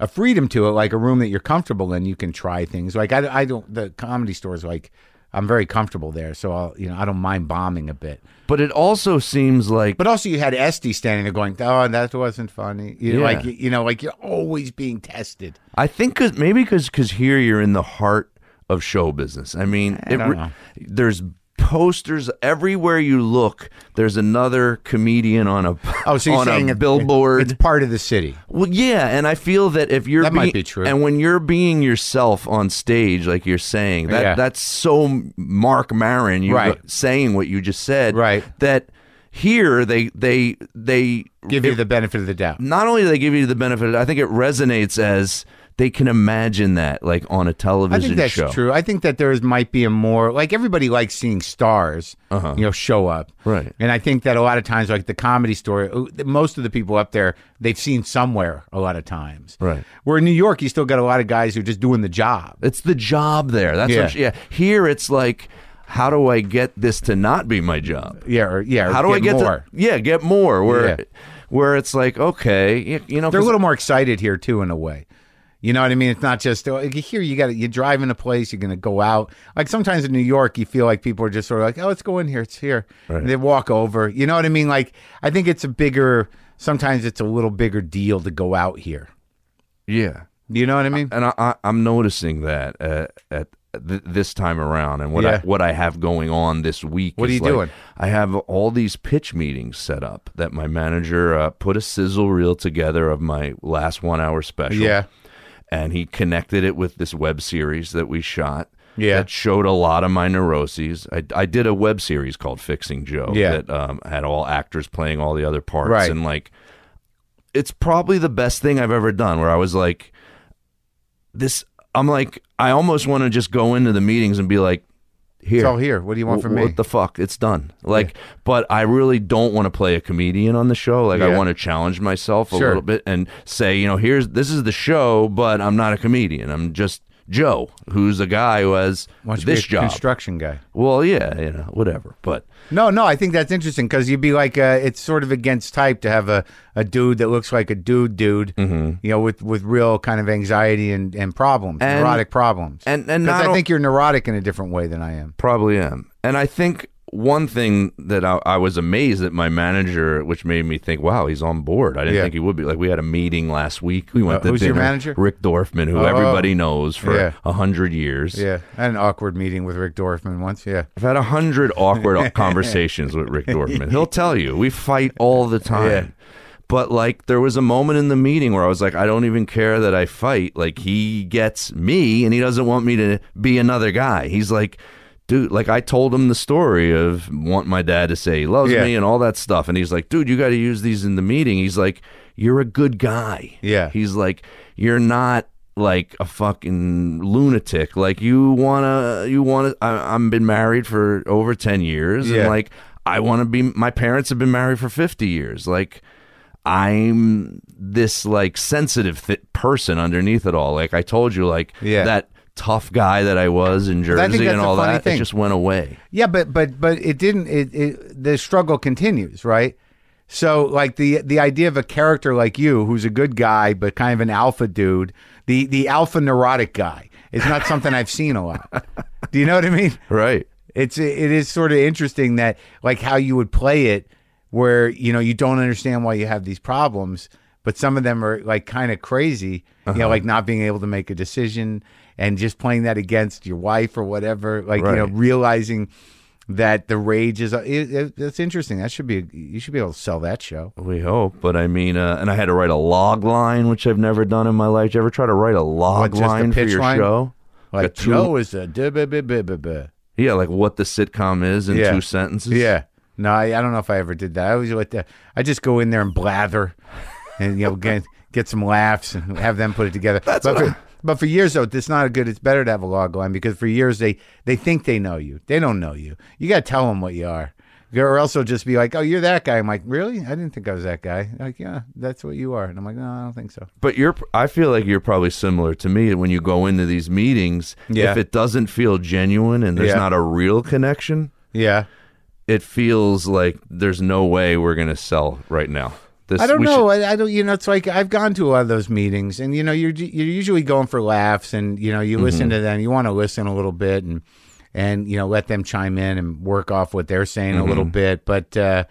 a freedom to it, like a room that you're comfortable in, you can try things. Like I, I don't the comedy stores like. I'm very comfortable there, so I'll, you know, I don't mind bombing a bit. But it also seems like But also, you had Esty standing there going, "Oh, that wasn't funny." You know, Yeah. like, you know, like you're always being tested. I think cause, maybe because here you're in the heart of show business. I mean, it don't re- know. there's posters everywhere you look. There's another comedian on a Oh, so you're [LAUGHS] on saying a it- billboard. It's part of the city. Well, yeah, and I feel that if you're That might be being- true. and when you're being yourself on stage, like you're saying, that Yeah. that's so Mark Maron, you Right. saying what you just said, Right. That here they they they Give you the benefit of the doubt. not only do they give you the benefit, I think it resonates as they can imagine that, like on a I television think that's show. true. I think that there is, might be a more like everybody likes seeing stars, you know, show up, Uh-huh. Right. And I think that a lot of times, like the comedy store, uh, most of the people up there they've seen somewhere a lot of times, Right. Where in New York, you still got a lot of guys who are just doing the job. It's the job there. That's Yeah. what, yeah. Here it's like, how do I get this to not be my job? Yeah, or, yeah. or How do I get more? to yeah get more where Yeah. where it's like okay you, you know They're a 'cause- little more excited here too, in a way. You know what I mean? It's not just oh, here. You got you drive in a place. You're going to go out. Like sometimes in New York, you feel like people are just sort of like, oh, let's go in here. It's here. And they walk over. You know what I mean? Like I think it's a bigger. Sometimes it's a little bigger deal to go out here. yeah You know what I mean? and I, I I'm noticing that uh, at th- this time around and what I Yeah. what I have going on this week What are is you like, doing? I have all these pitch meetings set up that my manager uh, put a sizzle reel together of my last one hour special Yeah. and he connected it with this web series that we shot. Yeah. that showed a lot of my neuroses. I, I did a web series called Fixing Joe Yeah. that um, had all actors playing all the other parts, Right. and like, it's probably the best thing I've ever done. Where I was like, this, I'm like, I almost want to just go into the meetings and be like, here, It's all here. What do you want from what me? the fuck? It's done. Like, but I really don't want to play a comedian on the show. Like, I Yeah. want to challenge myself a Sure. little bit and say, you know, here's this is the show, but I'm not a comedian. I'm just Joe, who's a guy who has Why don't you be this a job. construction guy? well, yeah, you know, whatever. But No, no, I think that's interesting because you'd be like, uh, it's sort of against type to have a, a dude that looks like a dude, dude, Mm-hmm. you know, with, with real kind of anxiety and, and problems, And- neurotic problems. and and Because not I o- think you're neurotic in a different way than I am. Probably am. And I think one thing that I, I was amazed at my manager, which made me think, wow, he's on board. I didn't Yeah. think he would be. Like, we had a meeting last week. We went Uh, to who's your dinner. manager? Rick Dorfman, who Oh. everybody knows for a Yeah. 100 years. Yeah. I had an awkward meeting with Rick Dorfman once. Yeah. I've had a 100 [LAUGHS] awkward conversations with Rick Dorfman. He'll tell you. We fight all the time. Yeah. But, like, there was a moment in the meeting where I was like, I don't even care that I fight. Like, he gets me and he doesn't want me to be another guy. He's like, dude, like, I told him the story of want my dad to say he loves Yeah. me and all that stuff. And he's like, dude, you got to use these in the meeting. He's like, you're a good guy. Yeah. He's like, you're not like a fucking lunatic. Like you wanna, you wanna. I, I'm been married for over ten years, and Yeah. like I want to be. My parents have been married for fifty years. Like I'm this like sensitive th- person underneath it all. Like I told you, like Yeah. that tough guy that I was I in think Jersey that's and the all funny that. It thing. just went away. Yeah, but but but it didn't. It, it the struggle continues, right? So like the the idea of a character like you, who's a good guy but kind of an alpha dude, the the alpha neurotic guy, is not something I've seen a lot. Do you know what I mean? Right. It's it is sort of interesting that like how you would play it, where you know you don't understand why you have these problems, but some of them are like kind of crazy. You Uh-huh. know, like not being able to make a decision and just playing that against your wife or whatever. Like you know, Right. realizing that the rage is. It, it, that's interesting. That should be you should be able to sell that show. We hope, but I mean, uh, and I had to write a log line, which I've never done in my life. Did you ever try to write a log just a line for pitch your line? show? Like two- Joe is a duh, buh, buh, buh, buh, buh. Yeah, like what the sitcom is in Yeah. two sentences. Yeah. No, I, I don't know if I ever did that. I always let the, I just go in there and blather, and you [LAUGHS] know get get some laughs and have them put it together. That's but, for, but for years though, it's not a good. It's better to have a log line because for years they they think they know you. They don't know you. You got to tell them what you are. Or else they'll just be like, "Oh, you're that guy." I'm like, "Really? I didn't think I was that guy." Like, yeah, that's what you are. And I'm like, "No, I don't think so." But you're I feel like you're probably similar to me when you go into these meetings, Yeah. if it doesn't feel genuine and there's Yeah. not a real connection, Yeah, it feels like there's no way we're going to sell right now. This I don't we know. I, I don't. You know, it's like I've gone to a lot of those meetings, and you know, you're you're usually going for laughs, and you know, Mm-hmm. you listen to them. You want to listen a little bit, and and you know, let them chime in and work off what they're saying a Mm-hmm. little bit. But uh,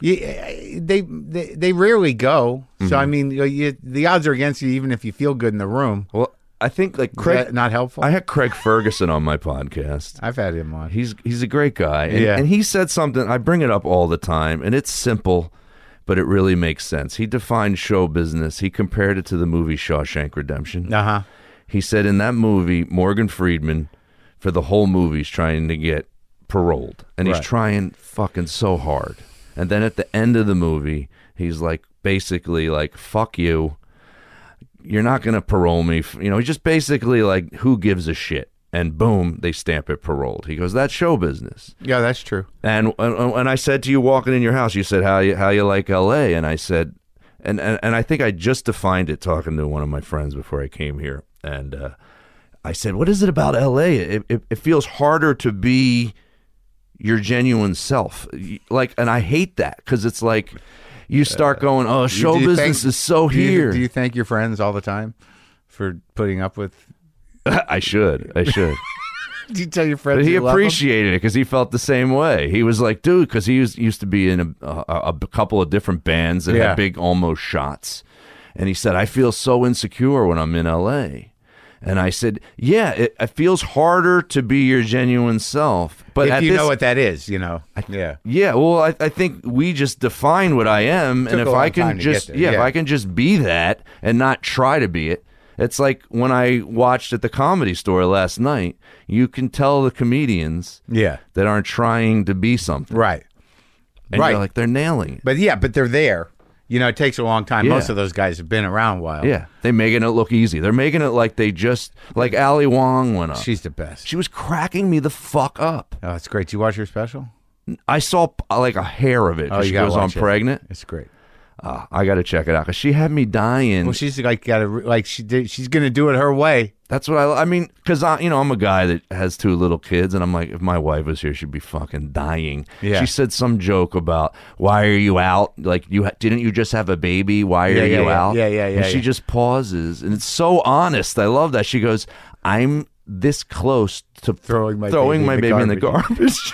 you, eh, they, Mm-hmm. they they rarely go. So I mean, you, you, the odds are against you, even if you feel good in the room. Well, I think like Is Craig. that not helpful. I I, had Craig Ferguson on my podcast. have had him on. He's he's a great guy. And, Yeah. and he said something I bring it up all the time and it's simple, but it really makes sense. He defined show business. He compared it to the movie Shawshank Redemption. Uh huh. He said in that movie, Morgan Friedman for the whole movie is trying to get paroled. And Right. he's trying fucking so hard. And then at the end of the movie, he's like basically like, fuck you. You're not gonna parole me. You know, he's just basically like, who gives a shit? And boom, they stamp it paroled. He goes, that's show business. Yeah, that's true. And and, and I said to you walking in your house, you said how you how you like L.A. And I said, and, and and I think I just defined it talking to one of my friends before I came here, and uh, I said, what is it about L.A. It, it it feels harder to be your genuine self, You- like, and I hate that because it's like you start going, oh, show Do you business think- is so do you- Oh, here. do you thank your friends all the time for putting up with? [LAUGHS] [LAUGHS] I should, I should. Do you tell your friends But he you love 'em? appreciated it because he felt the same way. He was like, dude, because he used, used to be in a, a, a couple of different bands that Yeah. had big almost shots. And he said, I feel so insecure when I'm in LA. And I said, yeah, it, it feels harder to be your genuine self. But if at you this, know what that is, you know. yeah. yeah, well, I, I think we just define what I am, and Took if a long I time can to get just there, yeah, if yeah. I can just be that and not try to be it. It's like when I watched at the comedy store last night. You can tell the comedians Yeah. that aren't trying to be something, Right. and right. You're like they're nailing it. But yeah, but they're there. You know, it takes a long time. Yeah. Most of those guys have been around a while. Yeah, they're making it look easy. They're making it like they just like Ali Wong went up. She's the best. she was cracking me the fuck up. oh, it's great. Did you watch her special? I saw uh, like a hair of it. Oh, you she gotta goes on watch it. pregnant. It's great. Uh, I got to check it out because she had me dying. Well, she's like got to like she did. She's gonna do it her way. That's what I. I mean, because I, you know, I'm a guy that has two little kids, and I'm like, if my wife was here, she'd be fucking dying. Yeah. She said some joke about why are you out? Like you ha- didn't you just have a baby? Why are Yeah, yeah, you yeah. out? Yeah, yeah, yeah, And she yeah. just pauses, and it's so honest. I love that. She goes, I'm this close to Throwing my throwing baby my in the baby in the [LAUGHS] garbage.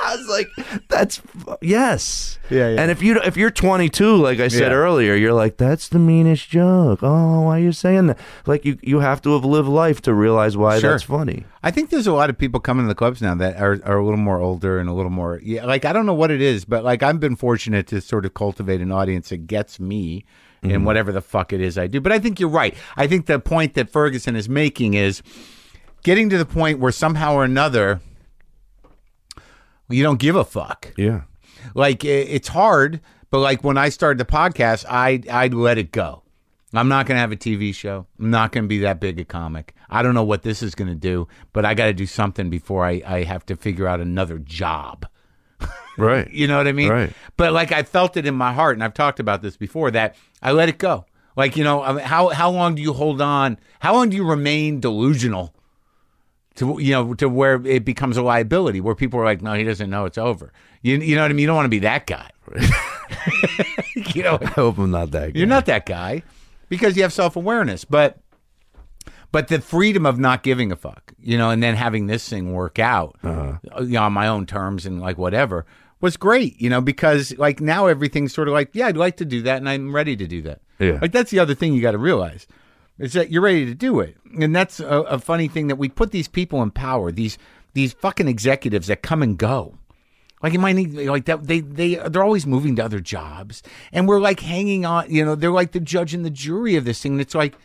I was like, that's f- yes. Yeah, yeah. And if you if you're 22, like I said Yeah. earlier, you're like, that's the meanest joke. Oh, why are you saying that? Like you you have to have lived life to realize why Sure. that's funny. I think there's a lot of people coming to the clubs now that are, are a little more older and a little more yeah. Like I don't know what it is, but like I've been fortunate to sort of cultivate an audience that gets me in whatever the fuck it is I do. But I think you're right. I think the point that Ferguson is making is getting to the point where somehow or another you don't give a fuck. Yeah. like i- it's hard but like when i started the podcast i i let it go i'm not gonna have a tv show i'm not gonna be that big a comic i don't know what this is gonna do but i gotta do something before i i have to figure out another job [LAUGHS] Right. you know what i mean Right. but like i felt it in my heart and i've talked about this before that i let it go like you know I mean, how how long do you hold on how long do you remain delusional to you know to where it becomes a liability where people are like no he doesn't know it's over you, you know what i mean you don't want to be that guy you know I hope I'm not that. you're guy. not that guy because you have self-awareness but but the freedom of not giving a fuck you know and then having this thing work out Uh-huh. uh, you know, on my own terms and like whatever was great you know because like now everything's sort of like yeah i'd like to do that and i'm ready to do that Yeah. like that's the other thing you got to realize is that you're ready to do it and that's a, a funny thing that we put these people in power these these fucking executives that come and go like you might need like that they they they're always moving to other jobs and we're like hanging on you know they're like the judge and the jury of this thing and it's like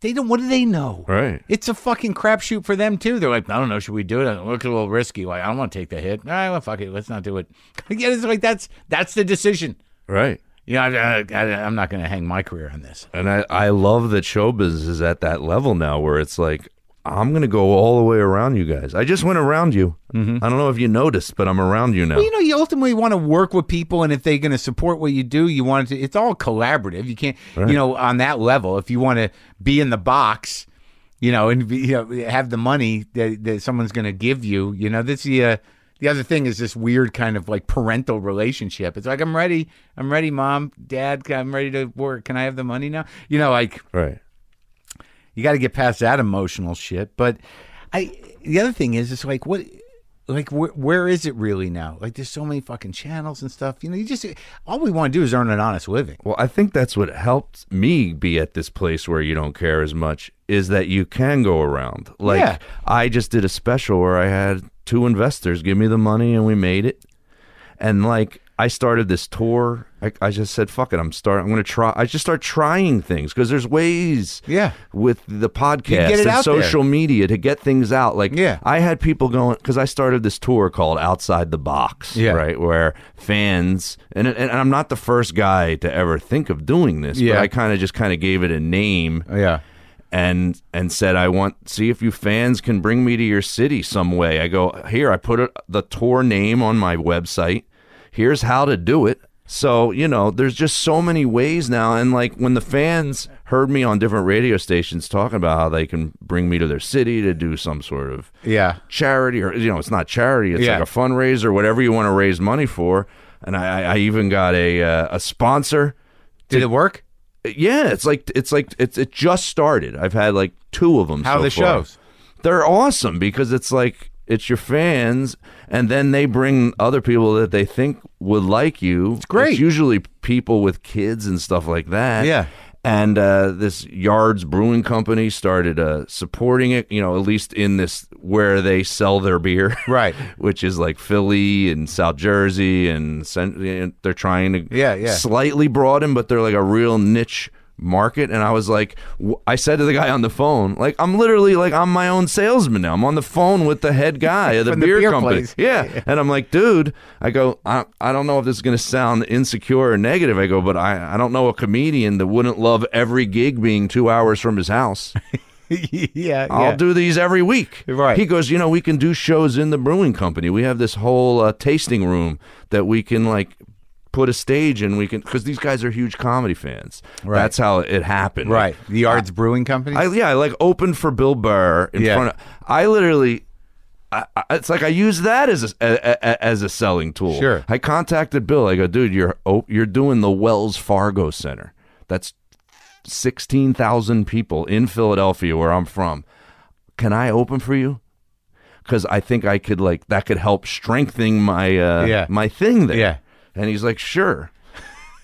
they don't what do they know Right. it's a fucking crapshoot for them too they're like I don't know should we do it it looks a little risky like I don't want to take the hit all right well fuck it let's not do it [LAUGHS] yeah it's like that's that's the decision Right. you know I, I, I, I'm not going to hang my career on this And I, I love that show business is at that level now where it's like, I'm going to go all the way around you guys. I just went around you. Mm-hmm. I don't know if you noticed, but I'm around you now. Well, you know, you ultimately want to work with people, and if they're going to support what you do, you want it to. It's all collaborative. You can't, you know, on that level. If you want to be in the box, you know, and be, you know, have the money that, that someone's going to give you, you know, this the uh, the other thing is this weird kind of like parental relationship. It's like I'm ready, I'm ready, mom, dad, I'm ready to work. Can I have the money now? You know, like right. you got to get past that emotional shit. But I, the other thing is, it's like what like wh- where is it really now? Like there's so many fucking channels and stuff. You know, you just all we want to do is earn an honest living. Well, I think that's what helped me be at this place where you don't care as much is that you can go around. Like Yeah. I just did a special where I had two investors give me the money and we made it. And like I started this tour. I, I just said, "Fuck it, I'm starting. I'm going to try. I just start trying things because there's ways, Yeah. with the podcast it and out there. social media to get things out. Like, Yeah. I had people going because I started this tour called Outside the Box, Yeah. right? Where fans and and I'm not the first guy to ever think of doing this, Yeah. but I kind of just kind of gave it a name Yeah. and and said I want see if you fans can bring me to your city some way. I go here. I put a, the tour name on my website. Here's how to do it. So you know, there's just so many ways now. And like when the fans heard me on different radio stations talking about how they can bring me to their city to do some sort of Yeah. charity or you know it's not charity it's Yeah. like a fundraiser whatever you want to raise money for and i i I even got a uh, a sponsor Did it work? yeah it's like it's like it's it just started i've had like two of them How so the far. shows? they're awesome because it's like it's your fans and then they bring other people that they think would like you it's great. usually people with kids and stuff like that Yeah. and uh, this Yards Brewing Company started uh, supporting it, you know, at least in this where they sell their beer. Right. [LAUGHS] which is like Philly and South Jersey, and cent- and they're trying to Yeah, yeah. slightly broaden, but they're like a real niche market. And I was like, w- I said to the guy on the phone, like I'm literally like I'm my own salesman now. I'm on the phone with the head guy of the, From the beer, beer company. place. Yeah, and I'm like, dude, I go, I, I don't know if this is gonna sound insecure or negative. I go, but I I don't know a comedian that wouldn't love every gig being two hours from his house. [LAUGHS] yeah. I'll yeah. do these every week. Right. He goes, you know, we can do shows in the brewing company. We have this whole uh, tasting room that we can like put a stage and we can because these guys are huge comedy fans. Right. That's how it happened. Right. The Yards Brewing Company. I yeah, I like opened for Bill Burr in Yeah. front of. I literally. I, I, it's like I use that as a, a, a- as a selling tool. Sure. I contacted Bill. I go, dude, you're oh, you're doing the Wells Fargo Center. That's sixteen thousand people in Philadelphia, where I'm from. Can I open for you? Because I think I could like that could help strengthen my uh, Yeah. my thing there. Yeah. And he's like, sure.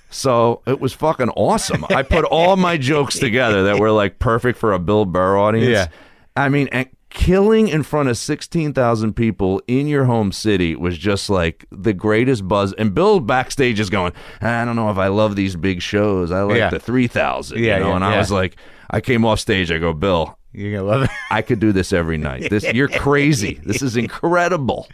So it was fucking awesome. I put all my jokes together that were like perfect for a Bill Burr audience. Yeah. I mean, and killing in front of 16,000 people in your home city was just like the greatest buzz. And Bill backstage is going, I don't know if I love these big shows. I like Yeah. the 3,000. Yeah, you know? yeah, and I yeah. was like, I came off stage. I go, Bill, You're gonna [LAUGHS] love it. I could do this every night. This You're crazy. This is incredible.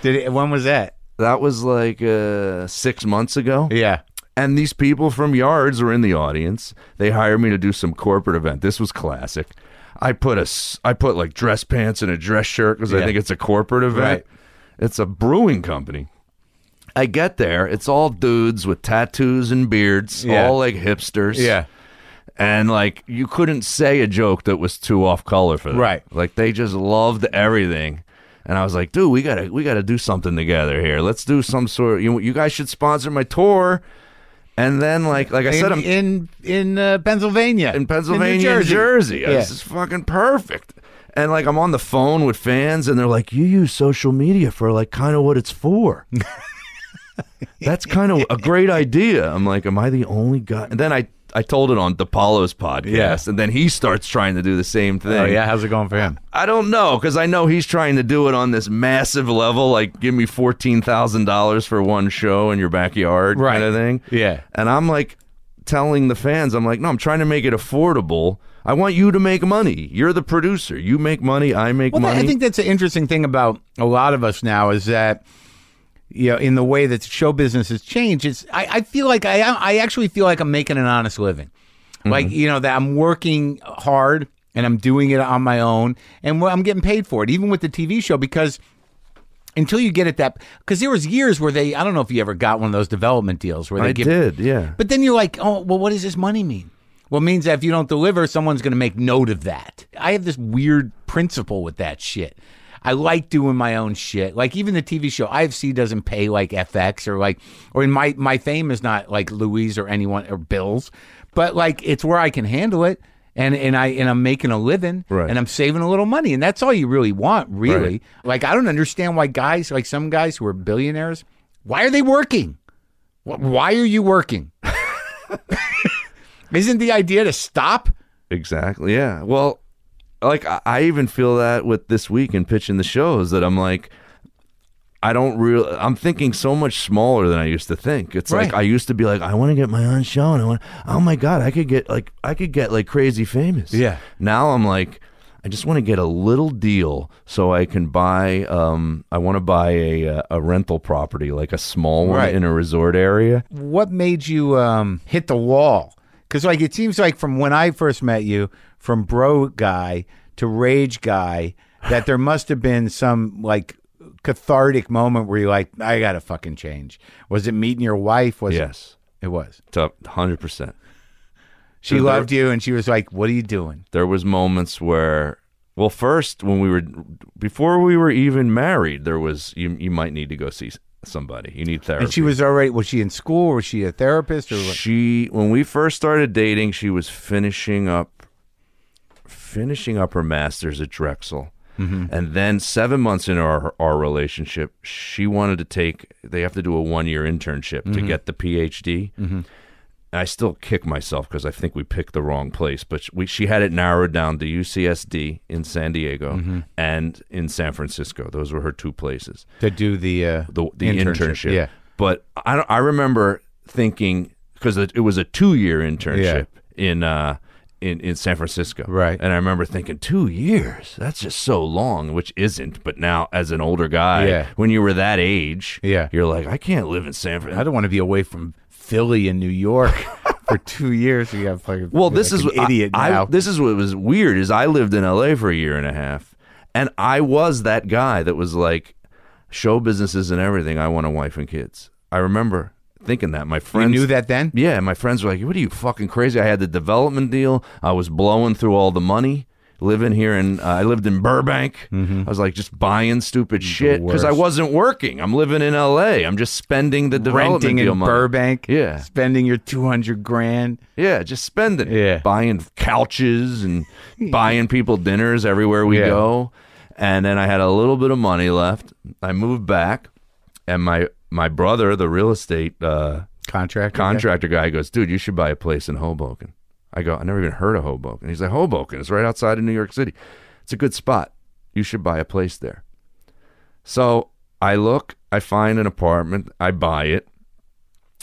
Did it, when was that? That was like uh, six months ago. Yeah. And these people from Yards were in the audience. They hired me to do some corporate event. This was classic. I put a s- I put like dress pants and a dress shirt because I Yeah. think it's a corporate event. Right. It's a brewing company. I get there. It's all dudes with tattoos and beards, Yeah. all like hipsters. Yeah. And like you couldn't say a joke that was too off color for them. Right. Like they just loved everything. And I was like, dude, we gotta we gotta do something together here. Let's do some sort you you guys should sponsor my tour. And then like like I in said, I'm in, in uh, Pennsylvania. in Pennsylvania, New Jersey. Uh, Jersey. Yeah. This is fucking perfect. And like I'm on the phone with fans, and they're like, "You use social media for like kind of what [LAUGHS] it's for." That's kind of a great idea. I'm like, "Am I the only guy?" And then I I told it on DePaulo's podcast, Yeah. and then he starts trying to do the same thing. Oh yeah. How's it going for him? I don't know because I know he's trying to do it on this massive level, like give me fourteen thousand dollars for one show in your backyard, kind of Right. thing. Yeah. and I'm like telling the fans, I'm like, no, I'm trying to make it affordable. I want you to make money. You're the producer. You make money. I make Well, money. I think that's an interesting thing about a lot of us now is that you know, in the way that show business has changed, it's I, I feel like I am I actually feel like I'm making an honest living. Mm-hmm. Like, you know, that I'm working hard and I'm doing it on my own and I'm getting paid for it, even with the TV show, because until you get at that because there was years where they I don't know if you ever got one of those development deals where they I give did. Yeah. but then you're like, oh, well, what does this money mean? Well, it means that if you don't deliver, someone's going to make note of that. I have this weird principle with that shit. I like doing my own shit. Like even the TV show IFC doesn't pay like FX or like or in my my fame is not like Louis or anyone or Bills, but like it's where I can handle it and and I and I'm making a living Right. and I'm saving a little money and that's all you really want really Right. like I don't understand why guys like some guys who are billionaires why are they working Wh- why are you [LAUGHS] working isn't the idea to stop Exactly. Yeah. Well, like I, I even feel that with this week and pitching the shows that I'm like, I don't real. I'm thinking so much smaller than I used to think. It's like Right. I used to be like, I want to get my own show, and I want. Oh my god, I could get like I could get like crazy famous. Yeah. Now I'm like, I just want to get a little deal so I can buy. Um, I want to buy a uh, a rental property, like a small one Right. in a resort area. what made you um, hit the wall? Because like it seems like from when I first met you, from bro guy to rage guy, that there must have been some like cathartic moment where you're like, I gotta fucking change. Was it meeting your wife? Was it? Yes, It was. to hundred percent. She Dude, there- loved you, and she was like, "What are you doing?" there was moments where well first when we were before we were even married there was you you might need to go see s- somebody you need therapy And she was already. Was she in school? Was she a therapist? Or what? she when we first started dating she was finishing up finishing up her masters at drexel and then seven months into our, our relationship she wanted to take they have to do a one-year internship to get the phd I still kick myself because I think we picked the wrong place. But we, she had it narrowed down to UCSD in San Diego and in San Francisco. Those were her two places to do the uh, the, the internship. Yeah. But I don't, I remember thinking because it, it was a two year internship in uh in, in San Francisco. Right. And I remember thinking two years that's just so long, which isn't. But now as an older guy, Yeah. when you were that age, Yeah. you're like I can't live in San Francisco. I don't want to be away from Philly and New [LAUGHS] York for two years. You got fucking Well, this like is an idiot I, I- now. this is what was weird is I lived in L.A. for a year and a half, and I was that guy that was like, show businesses and everything. I want a wife and kids. I remember thinking that my you friends knew that then. Yeah, my friends were like, "What are you fucking crazy?" I had the development deal. I was blowing through all the money. Living here in, uh, I lived in Burbank. I was like just buying stupid shit because I Mm-hmm. worst. wasn't working. I'm living in L.A. I'm just spending the development renting deal in money. Burbank. Yeah. spending your two hundred grand. Yeah, just spending. it. Yeah. Buying [LAUGHS] couches and buying people dinners everywhere we Yeah. go. And then I had a little bit of money left. I moved back and my my brother, the real estate uh, Contract. contractor guy goes, "Dude, you should buy a place in Hoboken." I go, "I never even heard of Hoboken." He's like, "Hoboken is right outside of New York City. It's a good spot. You should buy a place there." So, I look, I find an apartment, I buy it,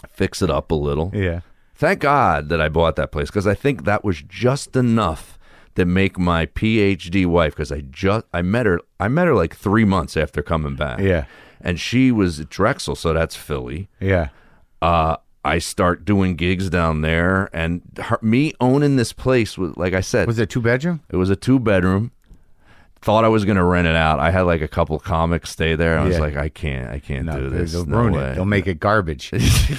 fix it up a little. Yeah. Thank God that I bought that place because I think that was just enough to make my PhD wife. Because I just I met her I met her like three months after coming back. Yeah. and she was at Drexel, so that's Philly. Yeah. Uh, I start doing gigs down there, and her, me owning this place was like I said, Was it two bedroom? it was a two bedroom. Thought I was gonna rent it out. I had like a couple comics stay there. I was Yeah. like, I can't, I can't do they- this. they'll no ruin way. it. They'll make it [LAUGHS] garbage.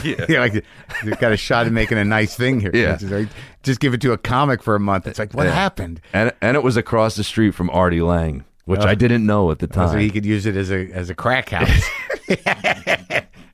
yeah. like you got a shot at making a nice thing here. Yeah. It's like, just give it to a comic for a month. It's like, what happened? and and it was across the street from Artie Lang, which I didn't know at the time. So he could use it as a as a [LAUGHS] crack house.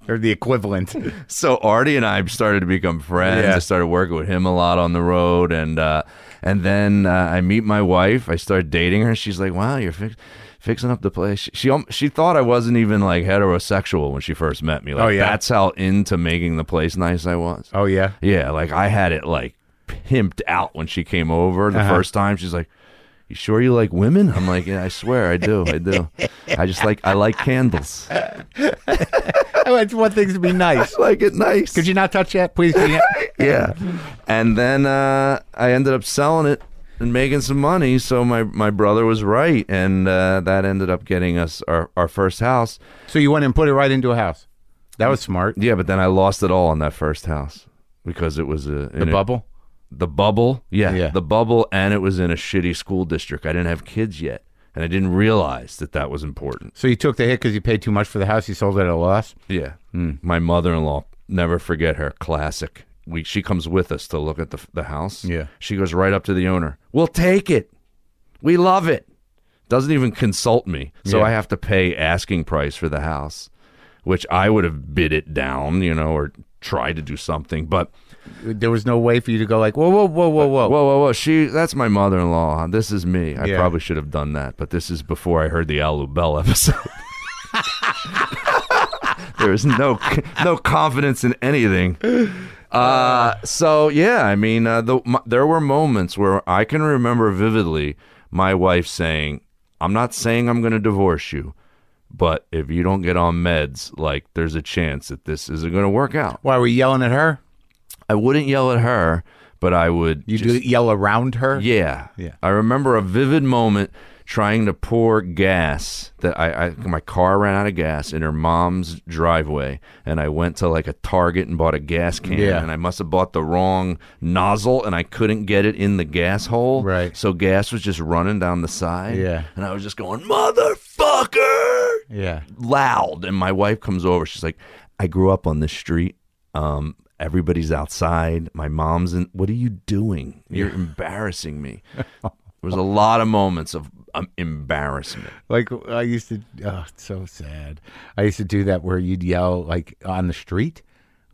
or the equivalent. so Artie and I started to become friends. Yeah. I started working with him a lot on the road, and uh, and then uh, I meet my wife. I start dating her. She's like, "Wow, you're fix- fixing up the place." She, she al- she thought I wasn't even like heterosexual when she first met me. Like, Oh, yeah? that's how into making the place nice I was. Oh yeah. Yeah, like I had it like pimped out when she came over the Uh-huh. first time. She's like, "You sure you like women?" I'm like, "Yeah, I swear I do. I do. I just like I like candles. [LAUGHS] I Oh, it's one thing to be nice. like it nice." Could you not touch that, please? Could you not- yeah. And then uh, I ended up selling it and making some money. So my, my brother was right. And uh, that ended up getting us our, our first house. so you went and put it right into a house. That was smart. Yeah, but then I lost it all on that first house because it was a, The bubble. the bubble. Yeah, Yeah. The bubble. And it was in a shitty school district. I didn't have kids yet. And I didn't realize that that was important. So you took the hit because you paid too much for the house. You sold it at a loss. Yeah. mm. My mother-in-law, never forget her, classic. We she comes with us to look at the the house. Yeah. She goes right up to the owner. We'll take it. We love it. Doesn't even consult me. So Yeah. I have to pay asking price for the house, which I would have bid it down, you know, or try to do something, but There was no way for you to go like, whoa, whoa, whoa, whoa, whoa. whoa, whoa, whoa. She, that's my mother in law. This is me. I Yeah. probably should have done that, but this is before I heard the Alu Bell episode. [LAUGHS] there is no no confidence in anything. Uh, so yeah, I mean, uh, the, m there were moments where I can remember vividly my wife saying, "I'm not saying I'm going to divorce you." But if you don't get on meds, like there's a chance that this isn't going to work out. Why were you yelling at her? I wouldn't yell at her, but I would. You just- do yell around her? yeah. Yeah. I remember a vivid moment trying to pour gas that I, I my car ran out of gas in her mom's driveway and I went to like a Target and bought a gas can Yeah. and I must have bought the wrong nozzle and I couldn't get it in the gas hole. Right. So gas was just running down the side. Yeah. And I was just going, Motherfucker Yeah. loud and my wife comes over she's like i grew up on this street um everybody's outside my mom's in what are you doing you're embarrassing me there was a lot of moments of um, embarrassment Like I used to, oh, it's so sad. I used to do that where you'd yell like on the street,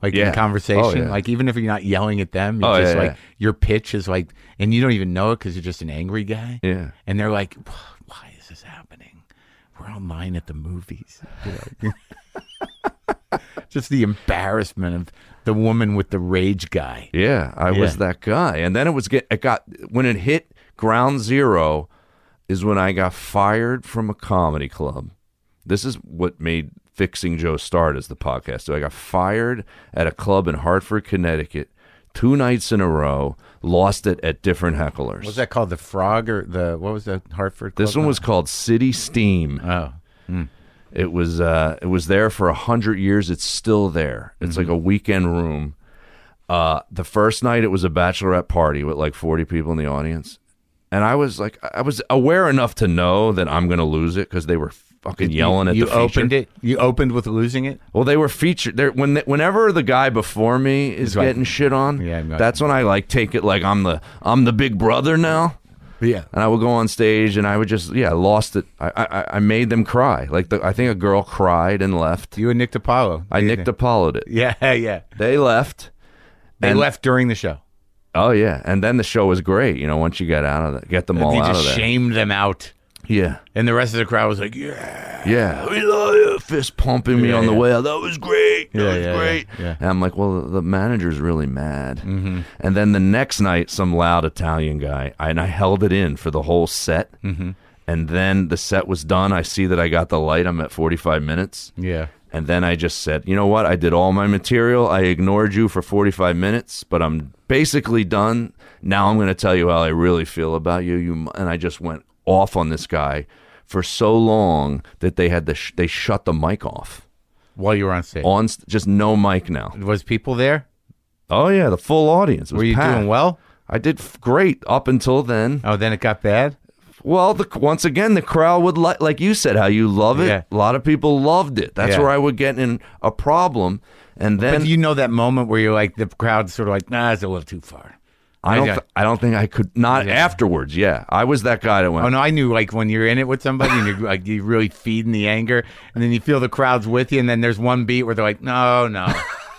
like Yeah. in conversation, Oh, yeah. like even if you're not yelling at them, it's Oh, just yeah, like yeah. your pitch is like, and you don't even know it because you're just an angry guy. yeah And they're like, why is this happening? We're online at the movies. You're like- [LAUGHS] just the embarrassment of the woman with the rage guy. yeah i was Yeah. that guy and then it was get it got when it hit ground zero is when i got fired from a comedy club this is what made fixing joe start as the podcast so i got fired at a club in hartford connecticut two nights in a row lost it at different hecklers What was that called? The frog or the, what was the Hartford? this club one was called city steam Oh. It was uh, it was there for a hundred years. It's still there. It's Mm-hmm. like a weekend room. Uh, the first night it was a bachelorette party with like forty people in the audience, and I was like, I was aware enough to know that I'm gonna lose it because they were fucking yelling at you the feature. opened it. You opened with losing it. Well, they were featured there when whenever the guy before me is like- getting shit on. Yeah, I'm not- that's when I like take it like I'm the I'm the big brother now. Yeah. and I would go on stage and I would just yeah lost it. I I, I made them cry. Like the, I think a girl cried and left. You and Nick DiPaolo. I nicked Apollo'd it. Yeah, [LAUGHS] yeah. They left. They And- left during the show. Oh yeah, and then the show was great. You know, once you got out of that, get them all you out just of there. shamed them out, Yeah, and the rest of the crowd was like, "Yeah." yeah. Ah, We love you. Fist pumping me Yeah, on the yeah. way out. That was great. That Yeah, was yeah, great. yeah, yeah. And I'm like, well, the manager's really mad. Mm-hmm. And then the next night, some loud Italian guy, I, and I held it in for the whole set. Mm-hmm. And then the set was done. I see that I got the light. I'm at 45 minutes. Yeah. And then I just said, you know what? I did all my material. I ignored you for 45 minutes, but I'm basically done. Now I'm going to tell you how I really feel about you. You m- and I just went off on this guy for so long that they had to sh- they shut the mic off. While you were on stage, On st- just no mic now. Oh. was people there? Oh yeah, the full audience. It was Were you packed. doing well? I did f- great up until then. Oh, then it got bad. Well, the, once again, the crowd would like, like you said, how you love it. Yeah. A lot of people loved it. That's Yeah. where I would get in a problem, and then But you know that moment where you're like, the crowd's sort of like, "Nah, it's a little too far." I don't. Yeah. Th- I don't think I could. Not afterwards. Yeah, I was that guy that went. Oh no, I knew like when you're in it with somebody and you're like you really feeding the anger, and then you feel the crowd's with you, and then there's one beat where they're like, "No, no,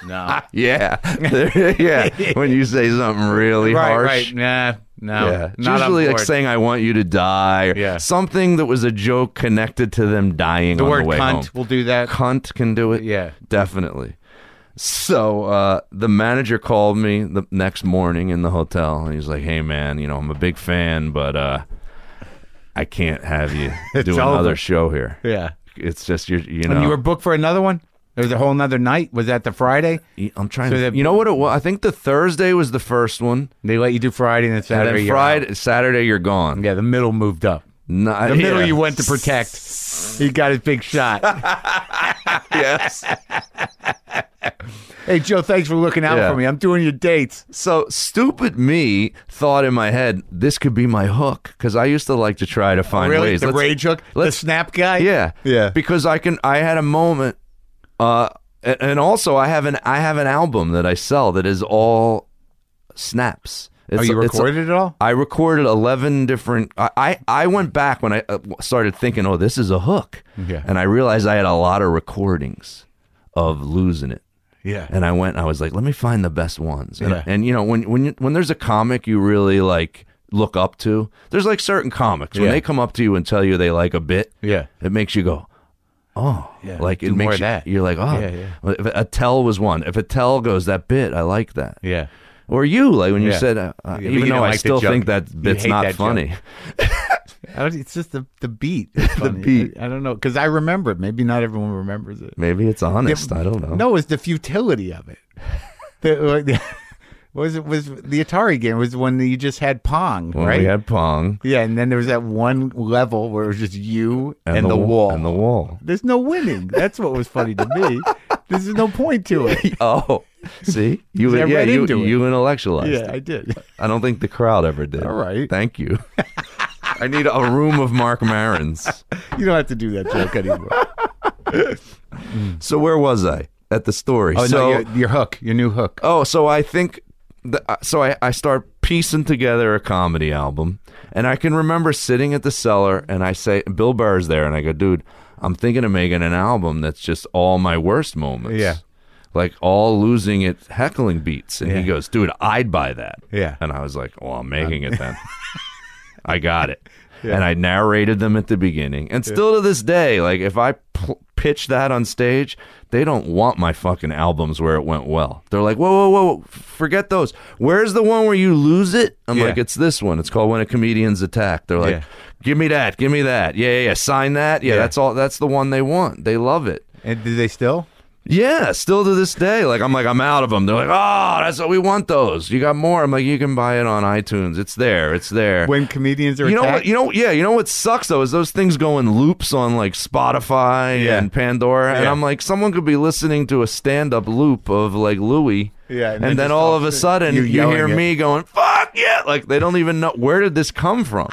no." [LAUGHS] [LAUGHS] Yeah, [LAUGHS] yeah. When you say something really right, harsh. right, nah, no, Yeah. It's not on usually like board. saying "I want you to die" or Yeah. something that was a joke connected to them dying the on word the way "cunt" home. will do that. Cunt can do it. Yeah. definitely. So uh, the manager called me the next morning in the hotel, and he's like, "Hey, man, you know I'm a big fan, but uh, I can't have [LAUGHS] you do over. another show here. [LAUGHS] Yeah. It's just you're, you know." And you were booked for another one? There was a whole nother night? Was that the Friday? I'm trying So to. that- you know what it was? I think the Thursday was the first one, They let you do Friday and then and Saturday. then you're Friday, Saturday, you're out. gone. Yeah, the middle moved up. No, The middle yeah. you went to [LAUGHS] protect. He got his big shot. yes. hey, Joe, thanks for looking out Yeah. for me. I'm doing your dates. So stupid me thought in my head this could be my hook because I used to like to try to find Oh, really? ways. the Let's- rage hook? The let's- snap guy? Yeah, Yeah. Because I can. I had a moment, uh, a- and also I have an I have an album that I sell that is all snaps. Oh, It's, you it's- recorded it all? I recorded 11 different. I, I, I went back when I uh, started thinking, oh, this is a hook. Yeah. And I realized I had a lot of recordings of losing it. Yeah. And I went and I was like, let me find the best ones. And, Yeah. and you know, when when you, when there's a comic you really like look up to, there's like certain comics when Yeah. they come up to you and tell you they like a bit, Yeah. it makes you go, oh, Yeah, like it do makes more of you, that. You're like, oh, Yeah, yeah. Well, If a tell was one. If a tell goes that bit, I like that. Yeah. Or you, like when you Yeah. said, uh, Yeah, uh, but even you though don't I like the still joke. think that You bit's hate not that joke. funny. I don't, it's just the the [LAUGHS] beat. the beat. I, I don't know because I remember it. Maybe not everyone remembers it. [LAUGHS] Maybe it's honest. I don't know. No, it's the futility [LAUGHS] of it. The, [LAUGHS] was it was the Atari game was when you just had Pong, When right? we had Pong yeah, and then there was that one level where it was just you and, and, the, wall. and the [LAUGHS] wall. There's no winning. That's what was funny to me. There's no point to [LAUGHS] it. Oh, see, you I yeah, read you into it. you intellectualized. Yeah, it. I did. I don't think the crowd ever did. All right. Thank [LAUGHS] you. I need a room of Mark Marins. You don't have to do that joke [LAUGHS] anymore. Oh, So where was I at the story? Oh so no, your, your hook, your new hook. oh, so I think the, uh, so I I start piecing together a comedy album, and I can remember sitting at the cellar, and I say Bill Burr's there, and I go, dude, I'm thinking of making an album that's just all my worst moments. Yeah. Like all losing it, heckling beats, and Yeah. he goes, "Dude, I'd buy that." Yeah. And I was like, well, I'm making [LAUGHS] it then. I got it. And I narrated them at the beginning. And still to this day, like if I pl- pitch that on stage, they don't want my fucking albums where it went well. They're like, whoa, whoa, whoa, whoa, forget those. Where's the one where you lose it? I'm Yeah. like, it's this one. It's called When a Comedian's Attacked. They're like, Yeah. give me that, give me that. Yeah, yeah, yeah. Sign that. Yeah, Yeah. that's all. That's the one they want. They love it. And do they still? Yeah, still to this day. Like I'm like I'm out of them. They're like, oh, that's what we want. Those you got more. I'm like, you can buy it on iTunes. It's there. It's there. When comedians are you know what? attacked? You know yeah. You know what sucks though is those things go in loops on like Spotify Yeah. and Pandora, and Yeah. I'm like, someone could be listening to a stand up loop of like Louis. Yeah, and, and then then just all all of a of a sudden you, you hear yelling it. me going, "Fuck yeah!" Like they don't even know where did this come from.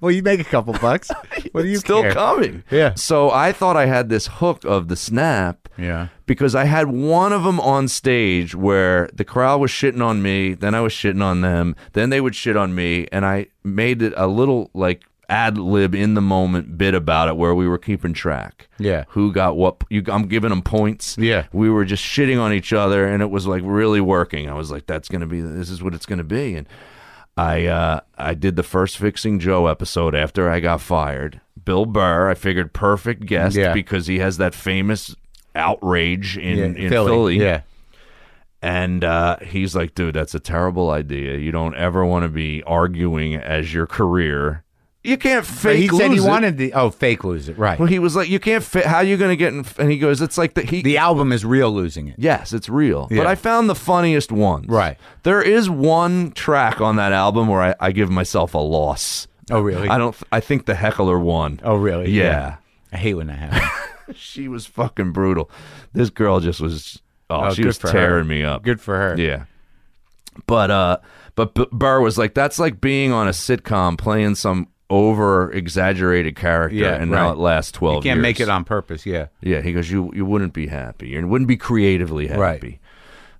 well, you make a couple [LAUGHS] bucks. What do you It's still care? coming. Yeah. So I thought I had this hook of the snap. Yeah. Because I had one of them on stage where the crowd was shitting on me, then I was shitting on them, then they would shit on me, and I made it a little like ad lib in the moment bit about it where we were keeping track. Yeah. Who got what? You, I'm giving them points. Yeah. We were just shitting on each other, and it was like really working. I was like, "That's gonna be. This is what it's gonna be." And I uh, I did the first fixing Joe episode after I got fired. Bill Burr, I figured perfect guest Yeah. because he has that famous outrage in, Yeah, in Philly. Yeah. And uh, he's like, dude, that's a terrible idea. You don't ever want to be arguing as your career. You can't But fake. he said he lose it. wanted the oh fake lose it right. Well, he was like, you can't fit. How you going to get in? f-" And he goes, it's like the he. The album is real losing it. Yes, it's real. But Yeah. I found the funniest ones. Right. There is one track on that album where I, I give myself a loss. Oh really? I don't. Th- I think the heckler won. oh really? yeah. I hate when that happens. she was fucking brutal. This girl just was. Oh, Oh, she good was for her. tearing me [LAUGHS] up. Good for her. Yeah. But uh, but B- Burr was like, that's like being on a sitcom playing some over exaggerated character, Yeah, and now right. it lasts twelve. Can't years. make it on purpose. Yeah. Yeah, he goes, you you wouldn't be happy. You wouldn't be creatively happy. Right.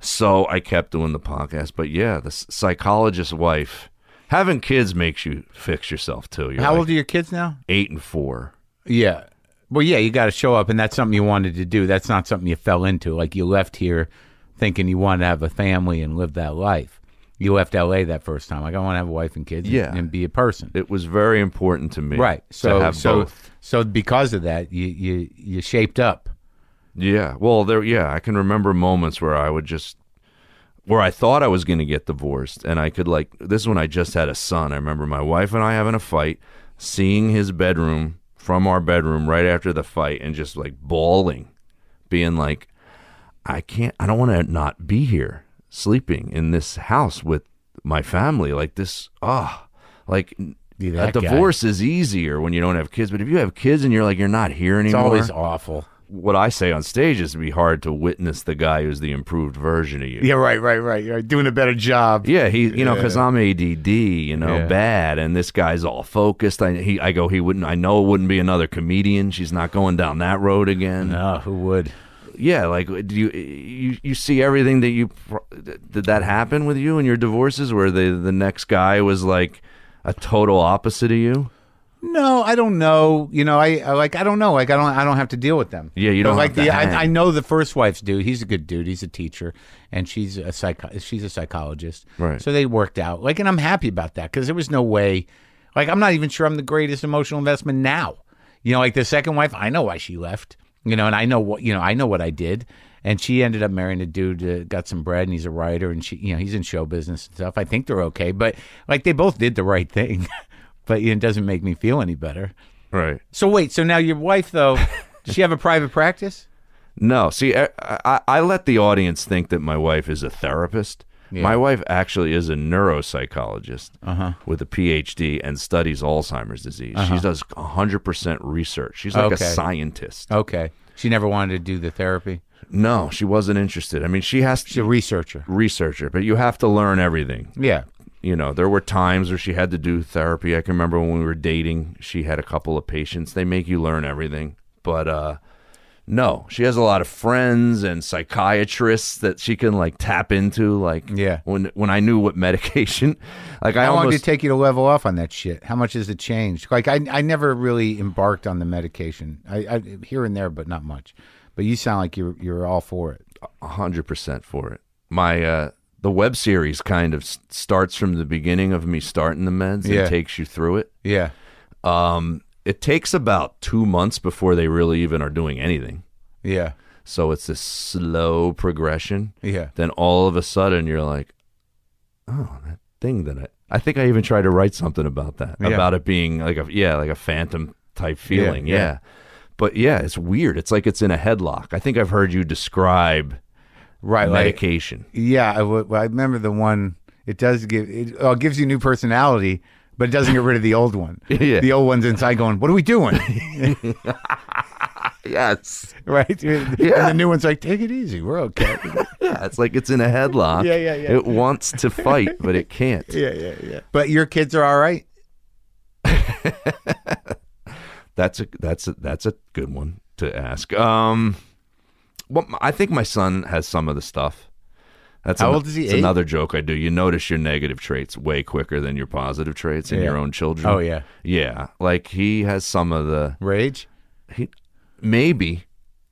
So I kept doing the podcast, but yeah, the s- psychologist's wife having kids makes you fix yourself too. You're How like old are your kids now? eight and four. Yeah. Well, yeah, you got to show up, and that's something you wanted to do. That's not something you fell into. Like you left here thinking you wanted to have a family and live that life. You left L.A. that first time. Like I want to have a wife and kids. and- Yeah. And, be a person. It was very important to me, right. So to have so both. so because of that, you you you shaped up. Yeah. Well, there. Yeah, I can remember moments where I would just, where I thought I was going to get divorced, and I could like this is when I just had a son. I remember my wife and I having a fight, seeing his bedroom from our bedroom right after the fight, and just like bawling, being like, I can't. I don't want to not be here, sleeping in this house with my family. Like this. Ah, like. Be A that guy. divorce is easier when you don't have kids, but if you have kids and you're like you're not here It's anymore, always awful. what I say on stage is it'd be hard to witness the guy who's the improved version of you. Yeah. Right. Right. Right. Right. Doing a better job. Yeah, he, you know, because I'm ADD, you know, bad, and this guy's all focused. I, he, I go, he wouldn't. I know it wouldn't be another comedian. She's not going down that road again. No, Oh, who would? Yeah, like, do you, you, you see everything that you, pro- did that happen with you in your divorces, where the the next guy was like a total opposite of you? No, I don't know. You know, I, I like I don't know. Like I don't I don't have to deal with them. Yeah, you But, don't like have to the hang. I, I know the first wife's dude. He's a good dude. He's a teacher, and she's a psych she's a psychologist. Right. So they worked out. Like, and I'm happy about that because there was no way. Like, I'm not even sure I'm the greatest emotional investment now. You know, like the second wife, I know why she left. You know, and I know what you know. I know what I did. And she ended up marrying a dude, uh, got some bread, and he's a writer, and she, you know, he's in show business and stuff. I think they're okay, but like they both did the right thing, [LAUGHS] but it doesn't make me feel any better. Right. So wait, so now your wife though, [LAUGHS] does she have a private practice? No, see, I, I, I let the audience think that my wife is a therapist. My wife actually is a neuropsychologist with a PhD and studies Alzheimer's disease. She does 100% research. She's like Okay. Oh. a scientist. Okay. She never wanted to do the therapy. No, she wasn't interested. I mean, she has She's a to researcher. researcher, but you have to learn everything. Yeah. You know, there were times where she had to do therapy. I can remember when we were dating, she had a couple of patients. They make you learn everything. But uh no, she has a lot of friends and psychiatrists that she can like tap into like Yeah. when when I knew what [LAUGHS] medication like I How long did it almost take you to level off on that shit? How much has it changed? Like I, I never really embarked on the medication. I, I here and there, but not much. But you sound like you're you're all for it. 100% for it. My uh the web series kind of s- starts from the beginning of me starting the meds Yeah. and takes you through it. Yeah. Um, it takes about two months before they really even are doing anything. Yeah. So it's this slow progression. Yeah. Then all of a sudden you're like, oh, that thing that I, I think I even tried to write something about that, Yeah. about it being like a, yeah, like a phantom type feeling. yeah. Yeah, But yeah, it's weird. It's like it's in a headlock. I think I've heard you describe Right. Like medication. yeah. I, w- I remember the one. It does give it oh, it gives you new personality, but it doesn't get rid of the old [LAUGHS] one. Yeah. The old one's inside going, "What are we [LAUGHS] doing?" yes. right? And the new one's like, "Take it easy. We're okay." Yeah. It's like it's in a headlock. Yeah, yeah, yeah. It wants to fight, but [LAUGHS] it can't. [LAUGHS] yeah, yeah, yeah. But your kids are all right. That's a that's a, that's a good one to ask. Um, well, I think my son has some of the stuff. That's How an- old is he? it's Eight? another joke I do. You notice your negative traits way quicker than your positive traits in Yeah. your own children. Oh, yeah. yeah. Like he has some of the Rage. he, maybe,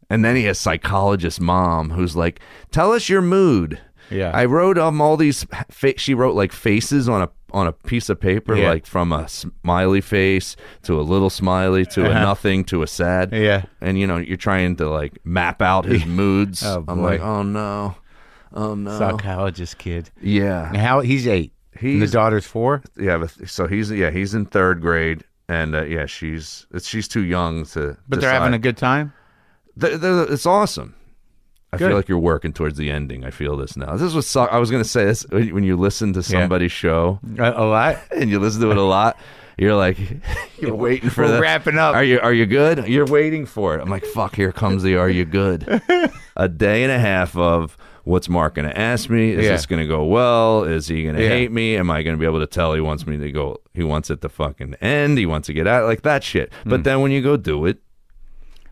and then he has psychologist mom who's like, "Tell us your mood." Yeah. I wrote um all these. Fa- she wrote like faces on a on a piece of paper, Yeah. like from a smiley face to a little smiley to a nothing to a sad. Uh-huh. Yeah. And you know, you're trying to like map [LAUGHS] out his moods. Oh, I'm boy. like, oh no, oh no, Psychologist kid. yeah. How he's eight. and the He's- daughter's four. Yeah, but so he's yeah he's in third grade, and uh, yeah she's it's, she's too young to. But they're having a good time. They're, they're, it's awesome. I Good. feel like you're working towards the ending. I feel this now. This is what suck. I was gonna say this when when you listen to somebody's show A, a lot. and you listen to it a lot. You're like, [LAUGHS] you're waiting for We're the wrapping up. Are you Are you good? You're waiting for it. I'm like, fuck. Here comes the Are [LAUGHS] you good? a day and a half of what's Mark going to ask me? Is Yeah. this going to go well? Is he going to Yeah. hate me? Am I going to be able to tell he wants me to go? He wants it to fucking end. He wants to get out like that shit. Hmm. But then when you go do it,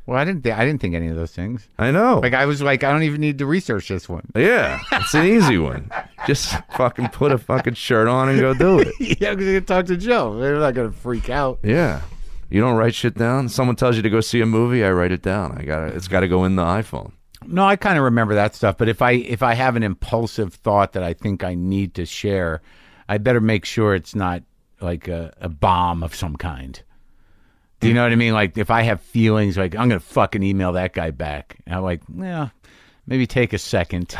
Well, I didn't. Th- I didn't think any of those things. I know. Like I was like, I don't even need to research this one. [LAUGHS] yeah, it's an easy one. Just fucking put a fucking shirt on and go do it. yeah, because you talk to Joe. They're not gonna freak out. Yeah. You don't write shit down. Someone tells you to go see a movie, I write it down. I got to it's got to go in the iPhone. No, I kind of remember that stuff. But if I if I have an impulsive thought that I think I need to share, I better make sure it's not like a, a bomb of some kind. Do you know what I mean? Like if I have feelings, like I'm gonna fucking email that guy back, and I'm like, yeah, maybe take a second.